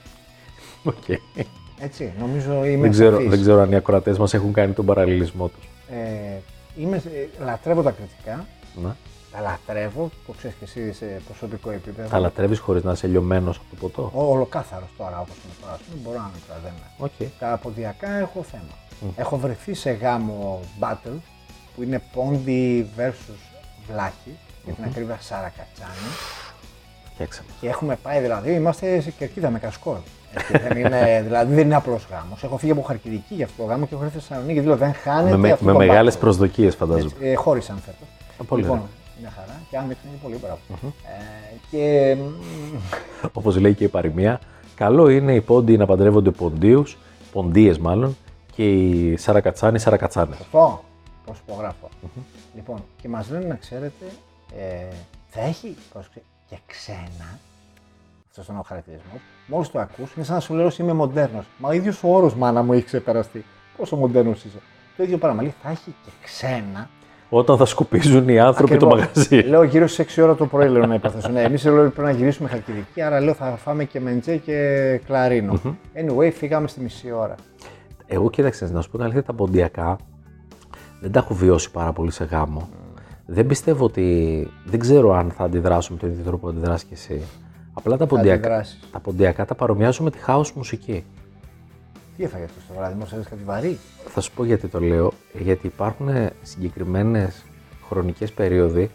Speaker 3: Έτσι, νομίζω είμαι
Speaker 2: Δεν, ξέρω,
Speaker 3: σαφής.
Speaker 2: δεν ξέρω αν οι ακροατές μας έχουν κάνει τον παραλληλισμό τους.
Speaker 3: Ε, είμαι, ε, λατρεύω τα κριτικά. Τα λατρεύω, το ξέρεις και εσύ σε προσωπικό επίπεδο.
Speaker 2: Τα λατρεύεις χωρίς να είσαι λιωμένος από το ποτό.
Speaker 3: Ο- Ολοκάθαρος τώρα όπως είναι τώρα. ας πούμε, μπορώ να μην δεν είναι.
Speaker 2: Οκ.
Speaker 3: Τα ποδιακά έχω θέμα. Έχω βρεθεί σε γάμο battle που είναι πόντι versus βλάχη για την ακρίβεια Σαρακατσάνη.
Speaker 2: Φτιάξαμε.
Speaker 3: Και έχουμε πάει δηλαδή, είμαστε σε κερκίδα με κασκόλ. Έτσι, δεν είναι, δηλαδή δεν είναι απλός γάμος. Έχω φύγει από Χαρκιδική για αυτό το γάμο και έχω έρθει στη Θεσσαλονίκη. Δηλαδή δεν χάνεται.
Speaker 2: Με, με,
Speaker 3: αυτό
Speaker 2: με
Speaker 3: το
Speaker 2: μεγάλες
Speaker 3: battle.
Speaker 2: προσδοκίες, φαντάζομαι. Ναι.
Speaker 3: Έτσι, ε, χώρισαν φέτο.
Speaker 2: πολύ
Speaker 3: λοιπόν,
Speaker 2: ωραία.
Speaker 3: μια χαρά και αν δεν είναι πολύ μπράβο. Ε, και μ,
Speaker 2: Όπως λέει και η παροιμία, καλό είναι οι πόντιοι να παντρεύονται ποντίους, ποντίες μάλλον, και οι σαρακατσάνοι σαρακατσάνες.
Speaker 3: σωστό, προσυπογράφω. Λοιπόν, και μας λένε να ξέρετε, ε, θα έχει πρόσεξε, και ξένα. Αυτός ήταν ο χαρακτηρισμός. Μόλις το ακούς, είναι σαν να σου λέω «Εσύ είμαι μοντέρνος. Μα ο ίδιος ο όρος μάνα μου έχει ξεπεραστεί. Πόσο μοντέρνος είσαι. Το ίδιο πράγμα. Λέει, θα έχει και ξένα.
Speaker 2: Όταν θα σκουπίζουν οι άνθρωποι το
Speaker 3: Ακριβώς.
Speaker 2: μαγαζί.
Speaker 3: Λέω γύρω στις 6 ώρα το πρωί λέω να υπαθέσω. ναι, εμείς πρέπει να γυρίσουμε Χαλκιδική, άρα λέω θα φάμε και μεντζέ και κλαρινο Anyway, φύγαμε στη μισή ώρα.
Speaker 2: Εγώ κοίταξε να σου πω την αλήθεια, τα ποντιακά δεν τα έχω βιώσει πάρα πολύ σε γάμο. Δεν πιστεύω ότι. Δεν ξέρω αν θα αντιδράσω με τον ίδιο τρόπο που αντιδράσει κι εσύ. Απλά τα ποντιακά,
Speaker 3: αντιδράσεις.
Speaker 2: τα, ποντιακά τα παρομοιάζω με τη house μουσική.
Speaker 3: Τι έφαγε αυτός το βράδυ, μόλις έδωσε κάτι βαρύ.
Speaker 2: Θα σου πω γιατί το λέω. Γιατί υπάρχουν συγκεκριμένες χρονικές περίοδοι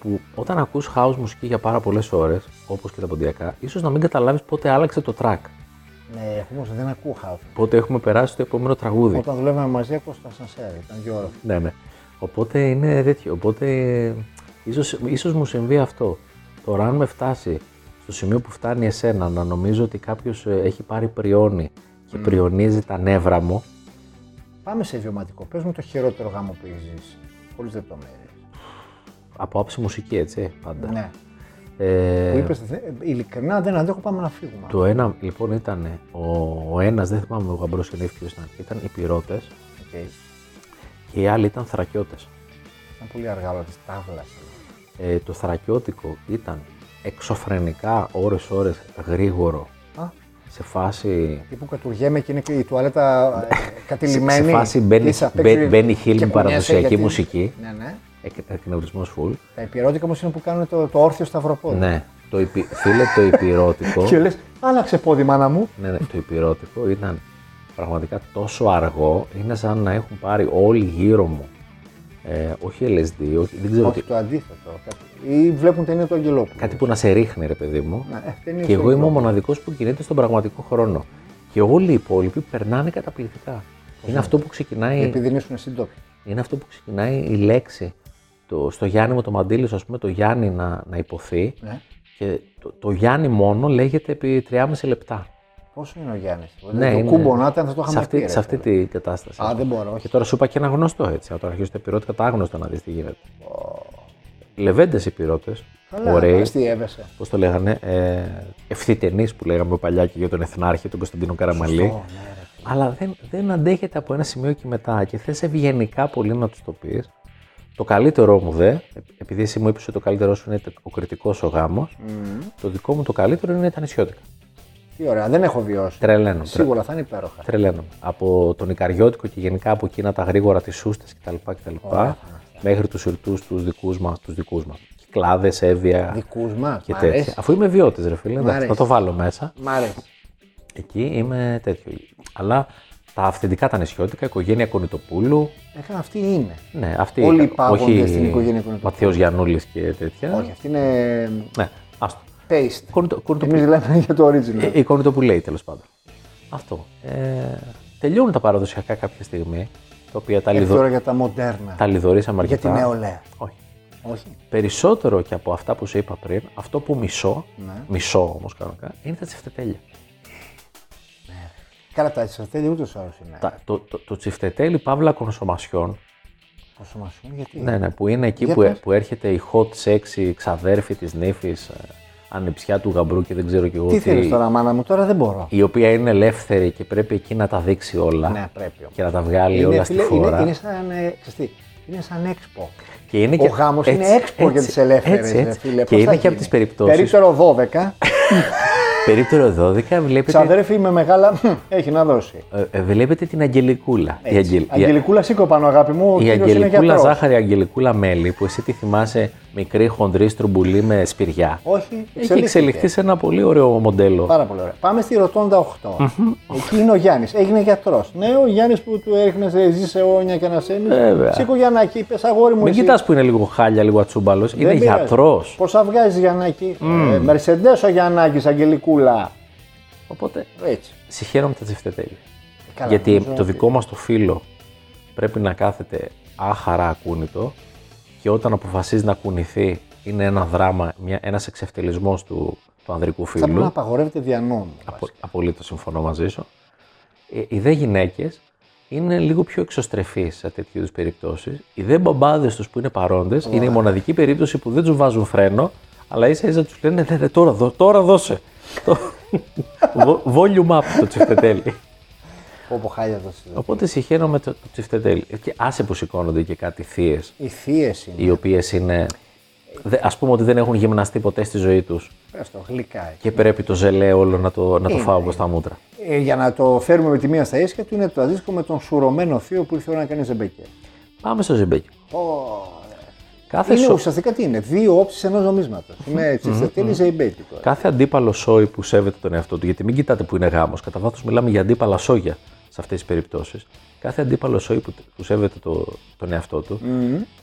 Speaker 2: που όταν ακούς house μουσική για πάρα πολλές ώρες, όπως και τα ποντιακά, ίσως να μην καταλάβεις πότε άλλαξε το track.
Speaker 3: Ναι, εγώ όμως δεν ακούω χάου.
Speaker 2: Πότε έχουμε περάσει στο επόμενο τραγούδι.
Speaker 3: Όταν δουλεύαμε μαζί, ακούω στο ασανσέρ, ήταν δύο ώρες.
Speaker 2: Ναι, ναι. Οπότε είναι τέτοιο. Οπότε ίσως, ίσως μου συμβεί αυτό. Τώρα, αν με φτάσει στο σημείο που φτάνει εσένα να νομίζω ότι κάποιος έχει πάρει πριόνι
Speaker 3: Mm.
Speaker 2: και πριονίζει τα νεύρα μου,
Speaker 3: Πάμε σε βιωματικό. Πες μου το χειρότερο γάμο που έχεις ζήσει. Χωρίς λεπτομέρειες.
Speaker 2: από άψη μουσική, έτσι, πάντα.
Speaker 3: Ναι.
Speaker 2: Ε,
Speaker 3: Που είπες, ειλικρινά δεν αντέχω, πάμε να φύγουμε.
Speaker 2: Το ένα λοιπόν ήταν ο, ο ένας, δεν θυμάμαι ο γαμπρός και νύφη ποιο ήταν, ήταν οι πυρώτε
Speaker 3: Okay.
Speaker 2: και οι άλλοι ήταν θρακιώτες.
Speaker 3: Ήταν πολύ αργά όλα τη τάβλα.
Speaker 2: Ε, το θρακιώτικο ήταν εξωφρενικά ώρες-ώρες γρήγορο
Speaker 3: Α,
Speaker 2: σε φάση
Speaker 3: τύπου κατουργέμαι και είναι και η τουαλέτα ε, κατηλημένη.
Speaker 2: σε φάση μπαίνει-
Speaker 3: Είσαι απ' έξω
Speaker 2: μπα- μπαίνει
Speaker 3: και
Speaker 2: χείλη με
Speaker 3: κουνιέσαι
Speaker 2: παραδοσιακή μουσική.
Speaker 3: Ναι, ναι.
Speaker 2: εκ- εκνευρισμό full.
Speaker 3: Τα υπηρώτικα όμως είναι που κάνουν το, το όρθιο σταυροπόδι.
Speaker 2: Ναι, το υπη, φίλε το υπηρώτικο.
Speaker 3: Και λες, άλλαξε πόδι, μάνα μου.
Speaker 2: ναι, ναι, το υπηρώτικο ήταν πραγματικά τόσο αργό, είναι σαν να έχουν πάρει όλοι γύρω μου. Ε, όχι LSD, όχι, δεν ξέρω
Speaker 3: Όχι,
Speaker 2: τι.
Speaker 3: το αντίθετο. κάτι- Ή βλέπουν ταινία του Αγγελόπουλου.
Speaker 2: Κάτι που να σε ρίχνει, ρε παιδί μου.
Speaker 3: Ναι, ε, ταινία
Speaker 2: Και
Speaker 3: του
Speaker 2: εγώ είμαι ο
Speaker 3: Αγγελόπουλου.
Speaker 2: μοναδικός που κινείται στον πραγματικό χρόνο. Και όλοι οι υπόλοιποι περνάνε καταπληκτικά. Είναι αυτό, που ξεκινάει,
Speaker 3: Επειδή δεν ήσουν συντόπιοι.
Speaker 2: είναι αυτό που ξεκινάει η λέξη. Το, στο Γιάννη με το μαντήλι, ας πούμε, το Γιάννη να, να υποθεί.
Speaker 3: Ναι.
Speaker 2: Και το, το Γιάννη μόνο λέγεται επί 3,5 λεπτά.
Speaker 3: Πόσο είναι ο Γιάννης.
Speaker 2: Ναι,
Speaker 3: Δηλαδή το
Speaker 2: είναι-
Speaker 3: κούμπο να ήταν, θα το
Speaker 2: σε
Speaker 3: είχαμε
Speaker 2: αυτή,
Speaker 3: πει, ρε,
Speaker 2: σε αυτή
Speaker 3: φίλε.
Speaker 2: την κατάσταση.
Speaker 3: Α, δεν μπορώ,
Speaker 2: Και
Speaker 3: όχι.
Speaker 2: τώρα σου είπα και ένα γνωστό έτσι. Όταν αρχίσουν τα πυρότικα, τα άγνωστα να δεις τι γίνεται. Λεβέντες οι πυρότε.
Speaker 3: Καλά,
Speaker 2: Ωραίοι.
Speaker 3: αστείευεσαι.
Speaker 2: Πώς το λέγανε. Ε, ευθυτενείς που λέγαμε παλιά και για τον Εθνάρχη, τον Κωνσταντίνο Καραμαλή.
Speaker 3: Ω, ναι, ρε.
Speaker 2: Αλλά δεν, δεν αντέχεται από ένα σημείο και μετά. Και θες ευγενικά πολύ να τους το πεις. Το καλύτερό μου δε, ε, επειδή εσύ μου είπες ότι το καλύτερό σου είναι ο κριτικός ο γάμος, το δικό μου το καλύτερο είναι τα νησιώτικα.
Speaker 3: Τι ωραία, δεν έχω βιώσει.
Speaker 2: Τρελαίνω. τρε-
Speaker 3: Σίγουρα θα είναι υπέροχα.
Speaker 2: τρελαίνομαι. Από τον Ικαριώτικο και γενικά από εκείνα τα γρήγορα, τι σούστε κτλ. κτλ μέχρι τους σιρτούς, τους δικούς μας, τους δικούς μας. Κυκλάδε, έβια
Speaker 3: Δικούς μας.
Speaker 2: και τέτοια. Αφού είμαι βιώτης, ρε φίλε, εντάξει,
Speaker 3: αρέσει.
Speaker 2: θα το βάλω μέσα.
Speaker 3: Μ' αρέσει.
Speaker 2: Εκεί είμαι τέτοιο. Αλλά τα αυθεντικά τα νησιώτικα, οικογένεια Κονιτοπούλου,
Speaker 3: Έκανε Ε, αυτή είναι.
Speaker 2: ναι, αυτή
Speaker 3: Όλοι
Speaker 2: ήταν.
Speaker 3: υπάγονται στην οικογένεια Κονιτοπούλου.
Speaker 2: Ματθαίος Γιαννούλης και τέτοια.
Speaker 3: Όχι, αυτή είναι
Speaker 2: Ναι, άστο.
Speaker 3: paste.
Speaker 2: Κονιτο- Κονιτοπούλου.
Speaker 3: Εμεί λέμε για το original. Ε,
Speaker 2: Η εικόνα που λέει τέλος πάντων. Αυτό. Ε, τελειώνουν τα παραδοσιακά κάποια στιγμή, τα οποία τα,
Speaker 3: Ήρθε η
Speaker 2: λιδω...
Speaker 3: ώρα για τα μοντέρνα.
Speaker 2: τα λιδωρήσαμε
Speaker 3: Για
Speaker 2: αρκετά.
Speaker 3: την νεολαία.
Speaker 2: Όχι.
Speaker 3: Όχι.
Speaker 2: Περισσότερο και από αυτά που σου είπα πριν, αυτό που μισώ,
Speaker 3: Ναι.
Speaker 2: μισώ όμως κανονικά, είναι τα τσιφτετέλια.
Speaker 3: Καλά, τα τσιφτέλια ούτως ή άλλως είναι.
Speaker 2: Τα, το, το, το τσιφτετέλι παύλα κονσομασιών,
Speaker 3: Πόσο μα είναι, γιατί.
Speaker 2: ναι, ναι, που είναι εκεί
Speaker 3: Για
Speaker 2: που, ε-
Speaker 3: πες.
Speaker 2: που, έρχεται η hot sexy ξαδέρφη της νύφης, ανιψιά του γαμπρού και δεν ξέρω κι εγώ
Speaker 3: Τι θέλεις τώρα, μάνα μου, τώρα δεν μπορώ.
Speaker 2: η οποία είναι ελεύθερη και πρέπει εκεί να τα δείξει όλα
Speaker 3: Ναι, πρέπει όμως.
Speaker 2: και να τα βγάλει όλα
Speaker 3: Είναι,
Speaker 2: στη
Speaker 3: φίλε,
Speaker 2: φόρα.
Speaker 3: είναι, είναι σαν. ε, ξέρεις τι, είναι σαν έξπο.
Speaker 2: Ε, Και είναι
Speaker 3: Ο γάμος είναι έξπο για τις ελεύθερες, ρε φίλε,
Speaker 2: Και
Speaker 3: πώς
Speaker 2: είναι και
Speaker 3: θα
Speaker 2: από
Speaker 3: γίνει.
Speaker 2: τις περιπτώσεις,
Speaker 3: Περίπτερο 12.
Speaker 2: Περίπτερο 12 βλέπετε,
Speaker 3: Ξαδέρφη με μεγάλα. Έχει να δώσει.
Speaker 2: ε, ε, βλέπετε την Αγγελικούλα. Η, Αγγελ- η-
Speaker 3: Αγγελικούλα, σήκω πάνω, αγάπη μου. Ο
Speaker 2: η
Speaker 3: κύριος είναι
Speaker 2: Αγγελικούλα
Speaker 3: γιατρός.
Speaker 2: ζάχαρη, η Αγγελικούλα μέλι, που εσύ τη θυμάσαι μικρή χοντρή στρουμπουλή με σπηριά.
Speaker 3: Όχι,
Speaker 2: Έχει εξελιχθεί σε ένα πολύ ωραίο μοντέλο.
Speaker 3: Πάρα πολύ ωραία. Πάμε στη Ροτόντα 8. Εκεί είναι ο Γιάννης. Έγινε γιατρός. Ναι, ο Γιάννης που του έριχνε σε ζή σε όνια και να σένει.
Speaker 2: Βέβαια.
Speaker 3: Σήκω Γιαννάκη, είπε αγόρι μου.
Speaker 2: Μην
Speaker 3: εσύ.
Speaker 2: κοιτάς που είναι λίγο χάλια, λίγο ατσούμπαλος. Είναι
Speaker 3: Δεν πειράζει.
Speaker 2: γιατρός.
Speaker 3: Πώς θα βγάζει Γιαννάκη. Ε, Μερσεντέ ο Γιαννάκης, Αγγελικούλα.
Speaker 2: Οπότε
Speaker 3: Έτσι.
Speaker 2: συγχαίρομαι τα τσιφτετέλη.
Speaker 3: Καλά,
Speaker 2: Γιατί
Speaker 3: νομίζω
Speaker 2: το
Speaker 3: ότι-
Speaker 2: δικό μας το φίλο πρέπει να κάθεται άχαρα ακούνητο και όταν αποφασίζει να κουνηθεί είναι ένα δράμα, μια, ένας εξευτελισμός του, του ανδρικού
Speaker 3: Θα πρέπει να
Speaker 2: φίλου.
Speaker 3: απαγορεύεται δια νόμου.
Speaker 2: Απο, απολύτως συμφωνώ μαζί σου. Ε, οι δε γυναίκες είναι λίγο πιο εξωστρεφείς σε τέτοιου είδους περιπτώσεις. Οι δε μπαμπάδες τους που είναι παρόντες είναι η μοναδική περίπτωση που δεν τους βάζουν φρένο, αλλά ίσα ίσα τους λένε «Ναι, ναι, τώρα, δώ- τώρα δώσε». Το- Βο- Volume up το τσιφτετέλι.
Speaker 3: Όπω χάλια το συζητάω.
Speaker 2: Οπότε συγχαίρομαι το, το τσιφτετέλι. Ε, Και άσε που σηκώνονται και κάτι θείες,
Speaker 3: Οι θείες είναι.
Speaker 2: οι οποίες είναι. δε- ας πούμε ότι δεν έχουν γυμναστεί ποτέ στη ζωή τους
Speaker 3: Πες το, γλυκά.
Speaker 2: και πρέπει το ζελέ όλο να το, να το φάω από στα μούτρα.
Speaker 3: Ε, για να το φέρουμε με τη μία στα ίσια του είναι το αντίστοιχο με τον σουρωμένο θείο που ήρθε η ώρα να κάνει ζεμπέκια.
Speaker 2: Πάμε στο ζεμπέκι. Κάθε,
Speaker 3: Είναι
Speaker 2: σο...
Speaker 3: ουσιαστικά τι είναι, δύο όψεις ενός νομίσματος. Είναι τσιστετέλη ζεϊμπέκι τώρα.
Speaker 2: κάθε αντίπαλο σόι που σέβεται τον εαυτό του, γιατί μην κοιτάτε που είναι γάμος, κατά βάθος μιλάμε για αντίπαλα σόγια σε αυτές τις περιπτώσεις. Κάθε αντίπαλος σόι που, που σέβεται το, τον εαυτό του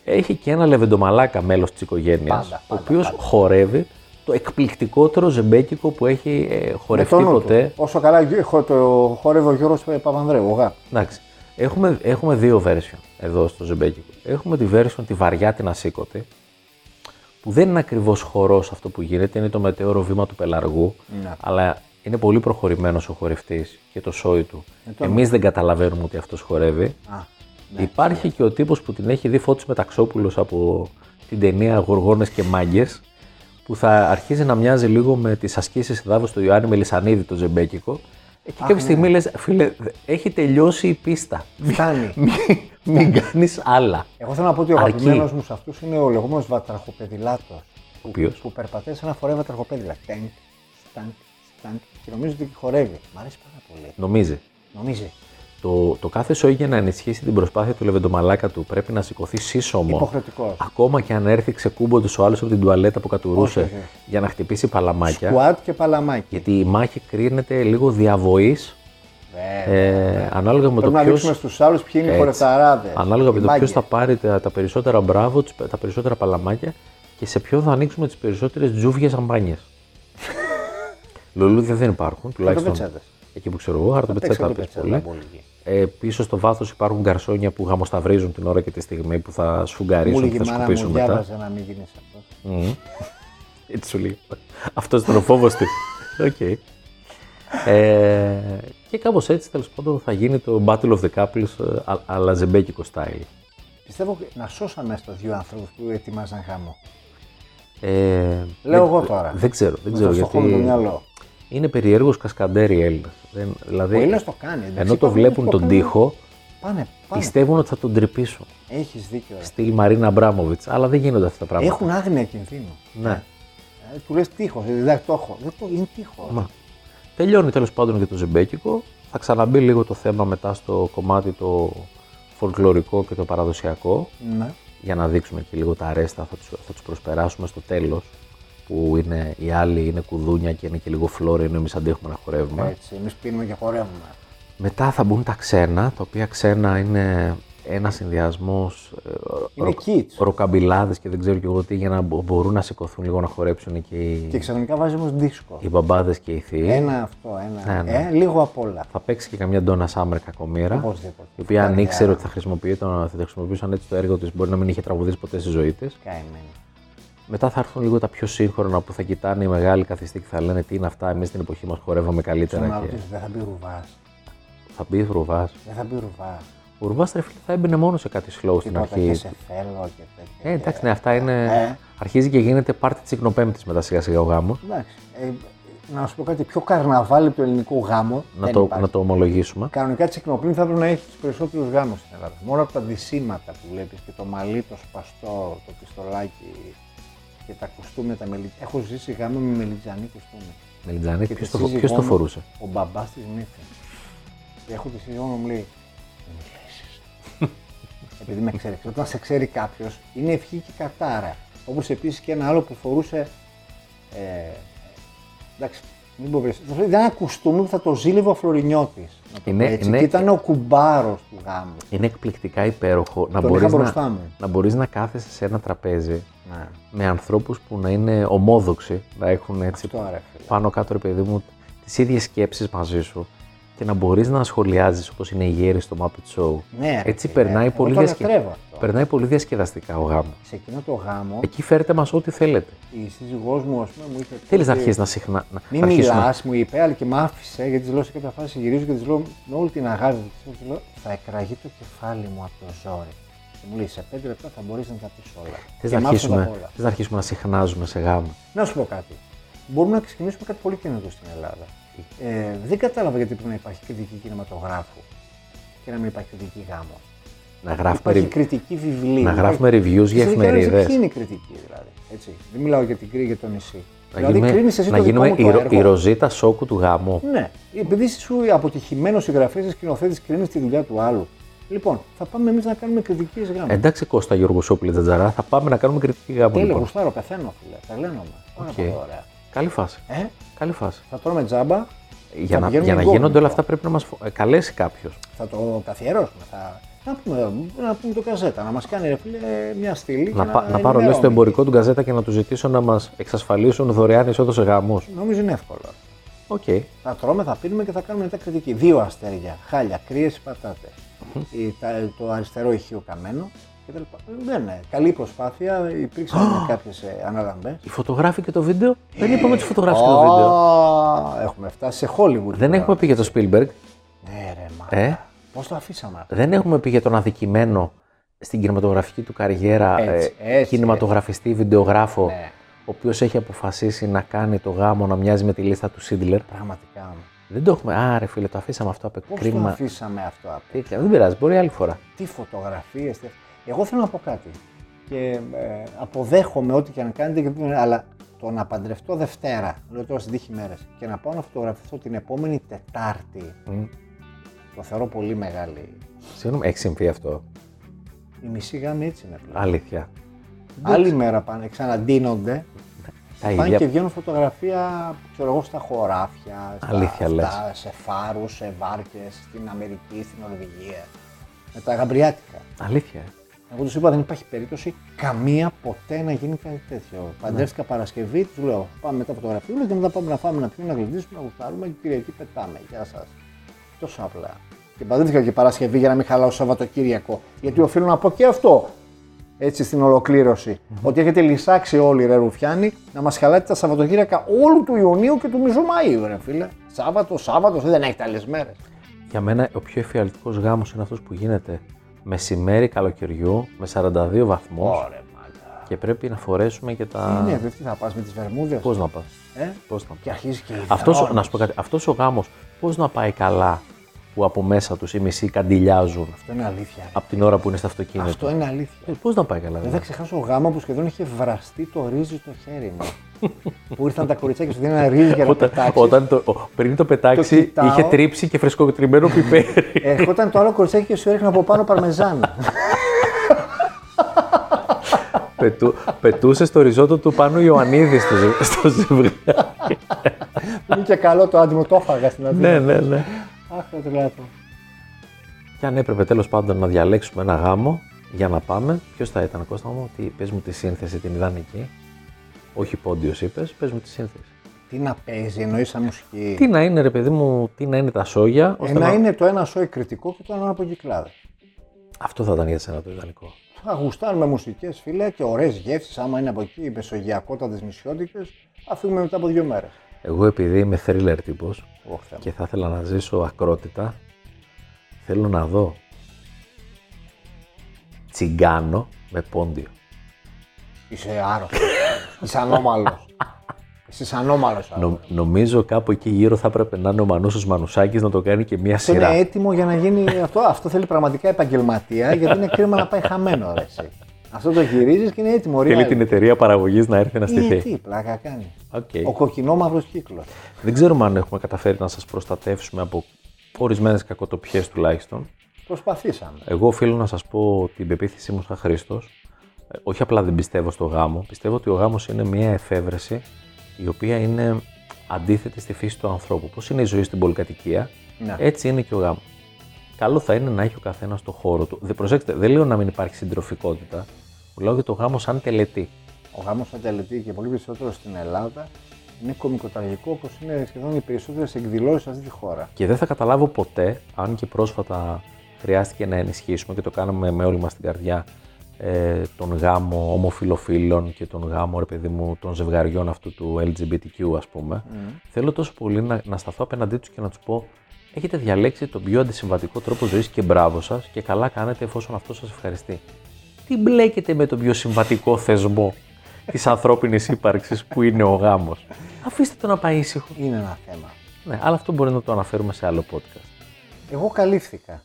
Speaker 2: έχει και ένα λεβεντομαλάκα μέλος της οικογένειας, ο οποίο χορεύει το εκπληκτικότερο ζεμπέκικο που έχει ε,
Speaker 3: Το
Speaker 2: χορευτεί
Speaker 3: νου του.
Speaker 2: ποτέ.
Speaker 3: Όσο καλά έχω το χορεύει ο Γιώργος Παπανδρέου, ο γάπη.
Speaker 2: Εντάξει. Έχουμε, έχουμε δύο version εδώ στο ζεμπέκικο. Έχουμε τη version τη βαριά την ασήκωτη, που δεν είναι ακριβώς χορός αυτό που γίνεται, είναι το μετέωρο βήμα του πελαργού. Αλλά είναι πολύ προχωρημένος ο χορευτής και το σόι του. Εμείς δεν καταλαβαίνουμε ότι αυτός χορεύει.
Speaker 3: Ναι,
Speaker 2: Υπάρχει και ο τύπος που την έχει δει φώτη Μεταξόπουλο από την ταινία Γοργόνες και Μάγκες, που θα αρχίζει να μοιάζει λίγο με τις ασκήσεις εδάφου του Ιωάννη Μελισανίδη, το ζεμπέκικο. Και
Speaker 3: ναι.
Speaker 2: κάποια στιγμή λες, φίλε, έχει τελειώσει η πίστα.
Speaker 3: Φτάνει.
Speaker 2: Μην, μην
Speaker 3: Ναι.
Speaker 2: κάνεις άλλα.
Speaker 3: Εγώ θέλω να πω ότι ο
Speaker 2: Αρκεί.
Speaker 3: αγαπημένος μου σε αυτούς είναι ο λεγόμενος βατραχοπεδηλάτο.
Speaker 2: Ο οποίος?
Speaker 3: Που περπατάει σε ένα φορέα βατραχοπέδιλα. Τάνκ, τάνκ, τάνκ. Και νομίζω ότι χορεύει. Μ' αρέσει πάρα πολύ.
Speaker 2: Νομίζει.
Speaker 3: Νομίζει.
Speaker 2: Το, το κάθε σόι για να ενισχύσει την προσπάθεια του λεβεντομαλάκα του πρέπει να σηκωθεί σύσσωμο.
Speaker 3: Υποχρεωτικός.
Speaker 2: Ακόμα και αν έρθει ξεκούμποντα ο άλλος από την τουαλέτα που κατουρούσε
Speaker 3: Όχι, όχι.
Speaker 2: για να χτυπήσει παλαμάκια.
Speaker 3: Κουάτ και παλαμάκι.
Speaker 2: Γιατί η μάχη κρίνεται λίγο διαβοής. Ε, ανάλογα με το
Speaker 3: Πρέπει να
Speaker 2: ποιος,
Speaker 3: δείξουμε στους άλλους ποιοι είναι οι
Speaker 2: Έτσι.
Speaker 3: χορευταράδε.
Speaker 2: ανάλογα με το ποιος θα πάρει τα, τα περισσότερα μπράβο, τις- τα περισσότερα παλαμάκια και σε ποιον θα ανοίξουμε τις περισσότερες τζούβιες αμπάνιες. Λουλούδια δεν υπάρχουν,
Speaker 3: Ε,
Speaker 2: τουλάχιστον
Speaker 3: Χαρτοπετσέτες.
Speaker 2: εκεί που ξέρω εγώ, χαρτοπετσέτα πες πολύ. Ε, πίσω στο βάθος υπάρχουν γκαρσόνια που γαμοσταυρίζουν την ώρα και τη στιγμή που θα
Speaker 3: Μου
Speaker 2: σφουγγαρίσουν
Speaker 3: λέγει
Speaker 2: και
Speaker 3: η
Speaker 2: θα
Speaker 3: μάνα μου
Speaker 2: σκουπίσουν μετά.
Speaker 3: διάβαζε να μην γίνει αυτό.
Speaker 2: Έτσι Ε, σου λέει. Αυτός ήταν ο φόβος της. Οκ. Ε, και κάπως έτσι τέλος πάντων θα γίνει το Battle of the Couples ε, α- αλλά ζεμπέκικο style.
Speaker 3: Πιστεύω να σώσαμε στο δύο ανθρώπους που ετοιμάζαν χάμο.
Speaker 2: Ε,
Speaker 3: Λέω
Speaker 2: δεν-
Speaker 3: εγώ τώρα.
Speaker 2: Δεν ξέρω, δεν
Speaker 3: Με
Speaker 2: ξέρω
Speaker 3: το στοχό με το
Speaker 2: γιατί.
Speaker 3: μυαλό.
Speaker 2: Είναι περίεργο κασκαντέρι Έλληνα. Δηλαδή,
Speaker 3: Ο Έλληνας το κάνει, εντάξει,
Speaker 2: Ενώ το
Speaker 3: υπάρχουν
Speaker 2: βλέπουν
Speaker 3: που το
Speaker 2: τον
Speaker 3: κάνουν.
Speaker 2: τοίχο,
Speaker 3: Πάνε, πάνε.
Speaker 2: πιστεύουν ότι θα τον τρυπήσουν.
Speaker 3: Έχεις δίκιο. ρε.
Speaker 2: Στυλ Μαρίνα Αμπράμοβιτ. Αλλά δεν γίνονται αυτά τα πράγματα.
Speaker 3: Έχουν άγνοια κινδύνου.
Speaker 2: Ναι.
Speaker 3: Ε, Του λες τείχος, δεν το έχω. Δεν το είναι τείχος.
Speaker 2: Μα. Τελειώνει τέλος πάντων και το ζεμπέκικο. Θα ξαναμπεί λίγο το θέμα μετά στο κομμάτι το φολκλωρικό και το παραδοσιακό.
Speaker 3: Ναι.
Speaker 2: Για να δείξουμε και λίγο τα αρέστα, θα τους, θα τους προσπεράσουμε στο τέλος. Που είναι οι άλλοι είναι κουδούνια και είναι και λίγο φλόροι, ενώ εμείς αντέχουμε να χορεύουμε.
Speaker 3: Έτσι, εμείς πίνουμε και χορεύουμε.
Speaker 2: Μετά θα μπουν τα ξένα, τα οποία ξένα είναι ένα συνδυασμός
Speaker 3: Είναι kids.
Speaker 2: ροκαμπιλάδες και δεν ξέρω και εγώ τι, για να μπο- μπορούν να σηκωθούν λίγο να χορέψουν και οι,
Speaker 3: Και ξαφνικά βάζει όμως δίσκο.
Speaker 2: οι μπαμπάδες και οι θείοι.
Speaker 3: Ένα αυτό, ένα.
Speaker 2: Ε- Ναι,
Speaker 3: Ε, λίγο απ' όλα.
Speaker 2: Θα παίξει και καμιά Ντόνα Σάμερ κακομήρα.
Speaker 3: Οπωσδήποτε.
Speaker 2: Η οποία αν
Speaker 3: Κάνει
Speaker 2: ήξερε ότι θα, χρησιμοποιεί τον- θα το χρησιμοποιούσαν έτσι το έργο της, μπορεί να μην είχε τραγουδίσει ποτέ στη ζωή της.
Speaker 3: Καημένη.
Speaker 2: Μετά θα έρθουν λίγο τα πιο σύγχρονα που θα κοιτάνε οι μεγάλοι καθιστοί και θα λένε τι είναι αυτά. Εμείς στην εποχή μας χορεύαμε
Speaker 3: Θέλω να
Speaker 2: καλύτερα. Και
Speaker 3: ρωτήσω, δεν θα μπει ρουβάς.
Speaker 2: θα μπει ρουβάς.
Speaker 3: Δεν θα μπει ρουβάς.
Speaker 2: Ο ρουβάς θα έμπαινε μόνο σε κάτι slow στην
Speaker 3: Τίποτα Ε. και
Speaker 2: αρχή.
Speaker 3: σε θέλω και τέτοια.
Speaker 2: Ε, εντάξει, ναι, αυτά είναι. Αρχίζει και γίνεται πάρτι της Igνοπέμπτη μετά σιγά σιγά ο γάμος.
Speaker 3: Εντάξει. Ε, να σου πω κάτι πιο καρναβάλι από το ελληνικό γάμο.
Speaker 2: Να
Speaker 3: δεν
Speaker 2: το,
Speaker 3: υπάρχει.
Speaker 2: να το ομολογήσουμε.
Speaker 3: Κανονικά τσικνοπλήν θα έπρεπε να έχει τους περισσότερους γάμους στην Ελλάδα. Μόνο από τα δυσήματα που βλέπεις και το μαλλί, το σπαστό, το πιστολάκι και τα κουστούμια τα μελι... Έχω ζήσει γάμο με μελιτζανή κουστούμι.
Speaker 2: Μελιτζανέτη,
Speaker 3: Και
Speaker 2: ποιος
Speaker 3: τη
Speaker 2: το, ποιος
Speaker 3: σύζυγό
Speaker 2: το
Speaker 3: μου,
Speaker 2: φορούσε.
Speaker 3: Ο μπαμπάς της Μύθης. Και έχω τη σύζυγό μου μου λέει: «Μη μιλήσεις». Επειδή με ξέρει. Όταν σε ξέρει κάποιος, είναι ευχή και κατάρα. Όπως επίσης και ένα άλλο που φορούσε. Ε, εντάξει, μην πω βρίσκω. Αυτό Ήταν ένα κουστούμι που θα το ζήλευε ο Φλωρινιώτης.
Speaker 2: Είναι-
Speaker 3: έτσι.
Speaker 2: είναι-
Speaker 3: Και ήταν ο κουμπάρος του γάμου.
Speaker 2: Είναι εκπληκτικά υπέροχο να
Speaker 3: Τον
Speaker 2: μπορείς
Speaker 3: είχα
Speaker 2: να,
Speaker 3: μπροστά μου.
Speaker 2: να μπορείς να κάθεσαι σε ένα τραπέζι
Speaker 3: Ναι.
Speaker 2: με ανθρώπους που να είναι ομόδοξοι, να έχουν έτσι
Speaker 3: Αυτό ρε φίλε.
Speaker 2: πάνω κάτω ρε παιδί μου τις ίδιες σκέψεις μαζί σου και να μπορείς να σχολιάζεις όπως είναι οι γέροι στο Muppet Show.
Speaker 3: Ναι, ρε
Speaker 2: έτσι
Speaker 3: φίλε,
Speaker 2: περνάει
Speaker 3: εγώ
Speaker 2: πολύ,
Speaker 3: το
Speaker 2: διασκε-
Speaker 3: λατρεύω αυτό.
Speaker 2: περνάει πολύ διασκεδαστικά ο γάμος.
Speaker 3: Σε εκείνο το γάμο,
Speaker 2: Εκεί φέρετε μας ό,τι θέλετε.
Speaker 3: η σύζυγός μου, ας πούμε, μου είπε...
Speaker 2: Θέλεις να αρχίσεις να συχνά... να-
Speaker 3: Μην
Speaker 2: να αρχίσουμε-
Speaker 3: μιλάς, μου είπε, αλλά και μ' άφησε γιατί της λέω σε κάποια φάση γυρίζω και της λέω με όλη την αγάπη που ξέρω, της λέω, θα εκραγεί το κεφάλι μου από το ζόρι. Και μου λέει σε πέντε λεπτά θα μπορείς να τα πεις όλα.
Speaker 2: Θες
Speaker 3: Και
Speaker 2: να,
Speaker 3: μ' άφησε τα
Speaker 2: αρχίσουμε,
Speaker 3: όλα.
Speaker 2: θες να αρχίσουμε να συχνάζουμε σε γάμο.
Speaker 3: Να σου πω κάτι. Μπορούμε να ξεκινήσουμε κάτι πολύ καινούργιο στην Ελλάδα. Ε, δεν κατάλαβα γιατί πρέπει να υπάρχει κριτική κινηματογράφου και να μην υπάρχει κριτική γάμου.
Speaker 2: Να γράφουμε,
Speaker 3: Υπάρχει
Speaker 2: ρι-
Speaker 3: κριτική βιβλίου.
Speaker 2: να γράφουμε reviews για
Speaker 3: εφημερίδε.
Speaker 2: εφημερίδες.
Speaker 3: Ποιοι είναι η κριτική δηλαδή. Έτσι. Δεν μιλάω για την κρίνη για το νησί.
Speaker 2: να
Speaker 3: δηλαδή
Speaker 2: γίνουμε,
Speaker 3: κρίνεις εσύ
Speaker 2: να
Speaker 3: το δικό
Speaker 2: γίνουμε
Speaker 3: μου το
Speaker 2: η, Ρο-
Speaker 3: έργο.
Speaker 2: η Ροζίτα Σόκου του γάμου.
Speaker 3: Ναι, επειδή είσαι σου αποτυχημένος συγγραφέας και σκηνοθέτης κρίνεις τη δουλειά του άλλου. Λοιπόν, θα πάμε εμείς να κάνουμε κριτικές γάμμε.
Speaker 2: Ε, Εντάξει Κώστα Γιώργο Σόπουλη Τζατζαρά, θα πάμε να κάνουμε κριτική γάμου.
Speaker 3: Τέλειο,
Speaker 2: Λοιπόν.
Speaker 3: γουστάρω, πεθαίνω, φίλε. Τα λένε μα. Πάρα
Speaker 2: Οκ.
Speaker 3: πολύ ωραία.
Speaker 2: Καλή φάση.
Speaker 3: Ε,
Speaker 2: Καλή φάση.
Speaker 3: θα τρώμε τζάμπα.
Speaker 2: Για να,
Speaker 3: πηγαίνουμε
Speaker 2: για να
Speaker 3: γκόμενοι.
Speaker 2: γίνονται όλα αυτά πρέπει να μας φο- ε, καλέσει κάποιος.
Speaker 3: Θα το καθιερώσουμε. Θα... Να, πούμε, να πούμε το καζέτα, να μας κάνει ρε φίλε μια στήλη. και
Speaker 2: Να, πα- να πάρω λέει
Speaker 3: ενημερώνει.
Speaker 2: στο εμπορικό του γκαζέτα και να του ζητήσω να μας εξασφαλίσουν δωρεάν είσοδο σε γάμους.
Speaker 3: Νομίζω είναι εύκολο.
Speaker 2: Οκ.
Speaker 3: Θα τρώμε, θα πίνουμε και θα κάνουμε μετά κριτική. Δύο αστέρια, χάλια, κρύες πατάτε. το αριστερό ηχείο καμένο κτλ. Ναι, ναι. Καλή προσπάθεια. Υπήρξαν ε, κάποιε αναλαμπές.
Speaker 2: Οι φωτογράφοι και το βίντεο. Δεν είπαμε του φωτογράφου και το βίντεο.
Speaker 3: Έχουμε φτάσει σε Hollywood.
Speaker 2: Δεν
Speaker 3: τώρα.
Speaker 2: έχουμε πει για το Spielberg.
Speaker 3: Ναι, ρε, μα.
Speaker 2: Ε.
Speaker 3: Πώς το αφήσαμε αυτό.
Speaker 2: Δεν έχουμε πει για τον αδικημένο στην κινηματογραφική του καριέρα,
Speaker 3: Έτσι,
Speaker 2: ε,
Speaker 3: έτσι,
Speaker 2: κινηματογραφιστή, βιντεογράφο,
Speaker 3: Ναι.
Speaker 2: ο οποίος έχει αποφασίσει να κάνει το γάμο να μοιάζει με τη λίστα του Σίντλερ.
Speaker 3: Πραγματικά.
Speaker 2: Δεν το έχουμε. Άρε, φίλε, το αφήσαμε αυτό απ'
Speaker 3: Πώς το
Speaker 2: κρίμα. Ε,
Speaker 3: αφήσαμε αυτό απ'
Speaker 2: Τι- Δεν πειράζει, μπορεί άλλη φορά.
Speaker 3: τι φωτογραφίες. Τι... Εγώ θέλω να πω κάτι. Και ε, αποδέχομαι ό,τι και αν κάνετε, γιατί- αλλά το να παντρευτώ Δευτέρα, λέω τώρα στην τύχη μέρες, και να πάω να φωτογραφηθώ την επόμενη Τετάρτη,
Speaker 2: Μμ.
Speaker 3: το θεωρώ πολύ μεγάλη.
Speaker 2: Συγγνώμη, έχει συμβεί αυτό.
Speaker 3: Η μισή γάμη έτσι είναι πλέον.
Speaker 2: Αλήθεια.
Speaker 3: Άλλη μέρα πάνε, ξαναντίνονται,
Speaker 2: Τα
Speaker 3: πάνε και
Speaker 2: ίδια.
Speaker 3: βγαίνουν φωτογραφία, ξέρω εγώ, στα χωράφια, στα,
Speaker 2: Αλήθεια λες.
Speaker 3: αυτά, σε φάρους, σε βάρκες, στην Αμερική, στην Νορβηγία. Με τα γαμπριάτικα.
Speaker 2: Αλήθεια. ε.
Speaker 3: Εγώ τους είπα δεν υπάρχει περίπτωση καμία ποτέ να γίνει κάτι
Speaker 2: Ναι.
Speaker 3: τέτοιο. Παντρεύτηκα Παρασκευή, τους λέω πάμε μετά φωτογραφία και μετά πάμε να φάμε να πιούμε, να γλυντήσουμε, να γουστάρουμε και Κυριακή πετάμε. Γεια σας. Τόσο απλά. Και παντρεύτηκα και Παρασκευή για να μην χαλάω Σαββατοκύριακο. Γιατί οφείλω να πω και αυτό. Έτσι στην ολοκλήρωση. Ότι έχετε λυσάξει όλοι ρε Ρουφιάνοι να μας χαλάτε τα Σαββατοκύριακα όλου του Ιουνίου και του μισού Μαΐου, ρε φίλε. Σάββατο, Σάββατος, δεν έχετε άλλε μέρες.
Speaker 2: Για μένα ο πιο εφιαλτικός γάμος είναι αυτός που γίνεται μεσημέρι καλοκαιριού με 42 βαθμού και πρέπει να φορέσουμε και τα.
Speaker 3: Ναι, τι θα πας με τις Βερμούδες.
Speaker 2: Πώς να πας.
Speaker 3: Ε?
Speaker 2: Πώς να πας.
Speaker 3: Και αρχίζεις και η
Speaker 2: Αυτός, ο-
Speaker 3: δρόμη.
Speaker 2: να σου πω κάτι, αυτός ο γάμος πώς να πάει καλά που από μέσα τους οι μισοί καντιλιάζουν
Speaker 3: Αυτό είναι αλήθεια.
Speaker 2: από την ώρα που είναι στο αυτοκίνητο.
Speaker 3: Αυτό είναι αλήθεια.
Speaker 2: Ε, πώς να πάει καλά.
Speaker 3: Δεν
Speaker 2: δηλαδή.
Speaker 3: θα ξεχάσω γάμο που σχεδόν είχε βραστεί το ρύζι στο χέρι μου. που ήρθαν τα κοριτσάκια και σου δίνανε ρύζι για να
Speaker 2: Όταν,
Speaker 3: πετάξεις.
Speaker 2: όταν το, ο- πριν το πετάξει
Speaker 3: Το κοιτάω.
Speaker 2: είχε τρίψει και φρεσκοκριμμένο πιπέρι.
Speaker 3: Ερχόταν το άλλο κοριτσάκι και σου έριχνε από πάνω παρμεζάνα.
Speaker 2: Πετού, πετούσες στο ριζότο του πάνω Ιωαννίδη στο, ζυ- στο ζευγάρι.
Speaker 3: είναι και καλό το άντιμο, το έφαγα στην Αθήνα.
Speaker 2: ναι, ναι, ναι.
Speaker 3: Αχ, το τρελάθω.
Speaker 2: Και αν έπρεπε τέλος πάντων να διαλέξουμε ένα γάμο για να πάμε, ποιος θα ήταν Κώστα μου, τι, πες μου τη σύνθεση την ιδανική. Όχι πόντιος είπες, πες μου τη σύνθεση.
Speaker 3: Τι να παίζει, εννοείς σαν μουσική.
Speaker 2: Τι να είναι, ρε παιδί μου, τι να είναι τα σόγια, ώστε
Speaker 3: Ένα
Speaker 2: να...
Speaker 3: Ε, είναι το ένα σόι κριτικό και το άλλο από κυκλάδε.
Speaker 2: Αυτό θα ήταν για σένα το ιδανικό.
Speaker 3: Θα γουστάρουμε μουσικές, φίλε, και ωραίες γεύσεις. Άμα είναι από εκεί, μεσογειακότατες νησιώτικες, αφήνουμε μετά από δύο μέρες.
Speaker 2: Εγώ επειδή είμαι thriller τύπος
Speaker 3: Ωχ, Θεέ μου.
Speaker 2: και θα ήθελα να ζήσω ακρότητα, θέλω να δω τσιγκάνο με πόντιο.
Speaker 3: Είσαι άρρωστος. Είσαι ανώμαλος. Είσαι ανώμαλος.
Speaker 2: Νο- νομίζω κάπου εκεί γύρω θα έπρεπε να είναι ο Μανούσος Μανουσάκης να το κάνει και μια
Speaker 3: Αυτό
Speaker 2: σειρά.
Speaker 3: είναι έτοιμο για να γίνει αυτό. Αυτό θέλει πραγματικά επαγγελματία, γιατί είναι κρίμα να πάει χαμένο, ρε, εσύ. Αυτό το γυρίζεις και είναι έτοιμο.
Speaker 2: Θέλει
Speaker 3: real.
Speaker 2: την εταιρεία παραγωγής να έρθει να
Speaker 3: Ε,
Speaker 2: στηθεί.
Speaker 3: τι πλάκα κάνει.
Speaker 2: Οκ.
Speaker 3: Ο κοκκινό μαύρος κύκλος.
Speaker 2: Δεν ξέρουμε αν έχουμε καταφέρει να σας προστατεύσουμε από ορισμένες κακοτοπιές τουλάχιστον.
Speaker 3: Προσπαθήσαμε.
Speaker 2: Εγώ οφείλω να σας πω την πεποίθησή μου σαν Χρήστο. Όχι απλά δεν πιστεύω στο γάμο. Πιστεύω ότι ο γάμος είναι μια εφεύρεση η οποία είναι αντίθετη στη φύση του ανθρώπου. Πώς είναι η ζωή στην πολυκατοικία,
Speaker 3: Ναι.
Speaker 2: έτσι είναι και ο γάμος. Καλό θα είναι να έχει ο καθένας το χώρο του. Δεν, προσέξτε, δεν λέω να μην υπάρχει συντροφικότητα. Μιλάω για το γάμο σαν τελετή.
Speaker 3: Ο γάμος σαν τελετή και πολύ περισσότερο στην Ελλάδα είναι κομικοτραγικό όπως είναι σχεδόν οι περισσότερες εκδηλώσεις σε αυτή τη χώρα.
Speaker 2: Και δεν θα καταλάβω ποτέ, αν και πρόσφατα χρειάστηκε να ενισχύσουμε και το κάναμε με όλη μας την καρδιά, ε, τον γάμο ομοφιλοφίλων και τον γάμο, ρε παιδί μου, των ζευγαριών αυτού του LGBTQ, ας πούμε. Θέλω τόσο πολύ να, να σταθώ απέναντί τους και να τους πω έχετε διαλέξει τον πιο αντισυμβατικό τρόπο ζωής και μπράβο σας και καλά κάνετε εφόσον αυτό σας ευχαριστεί. Τι μπλέκετε με τον πιο συμβατικό θεσμό της ανθρώπινης ύπαρξης που είναι ο γάμος. Αφήστε το να πάει ήσυχο.
Speaker 3: Είναι ένα θέμα.
Speaker 2: Ναι, αλλά αυτό μπορεί να το αναφέρουμε σε άλλο podcast.
Speaker 3: Εγώ καλύφθηκα.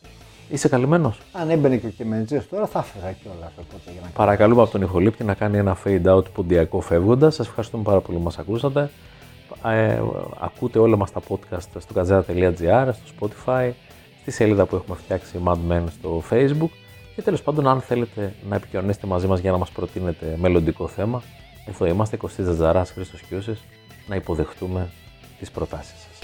Speaker 2: Είσαι καλυμμένος.
Speaker 3: Αν έμπαινε και ο Κεμεντζέ τώρα θα έφυγα κιόλα οπότε για να
Speaker 2: Παρακαλούμε από τον Ιχολήπτη να κάνει ένα fade out ποντιακό φεύγοντας. Σας ευχαριστούμε πάρα πολύ που μας ακούσατε. Ε, ακούτε όλα μας τα podcast στο kazera.gr, στο Spotify, στη σελίδα που έχουμε φτιάξει Mad Men στο Facebook. Και τέλος πάντων, αν θέλετε να επικοινωνήσετε μαζί μας για να μας προτείνετε μελλοντικό θέμα, εδώ είμαστε Κωστή Ζαζαράς, Χρήστος Κιούσης, να υποδεχτούμε τις προτάσεις σας.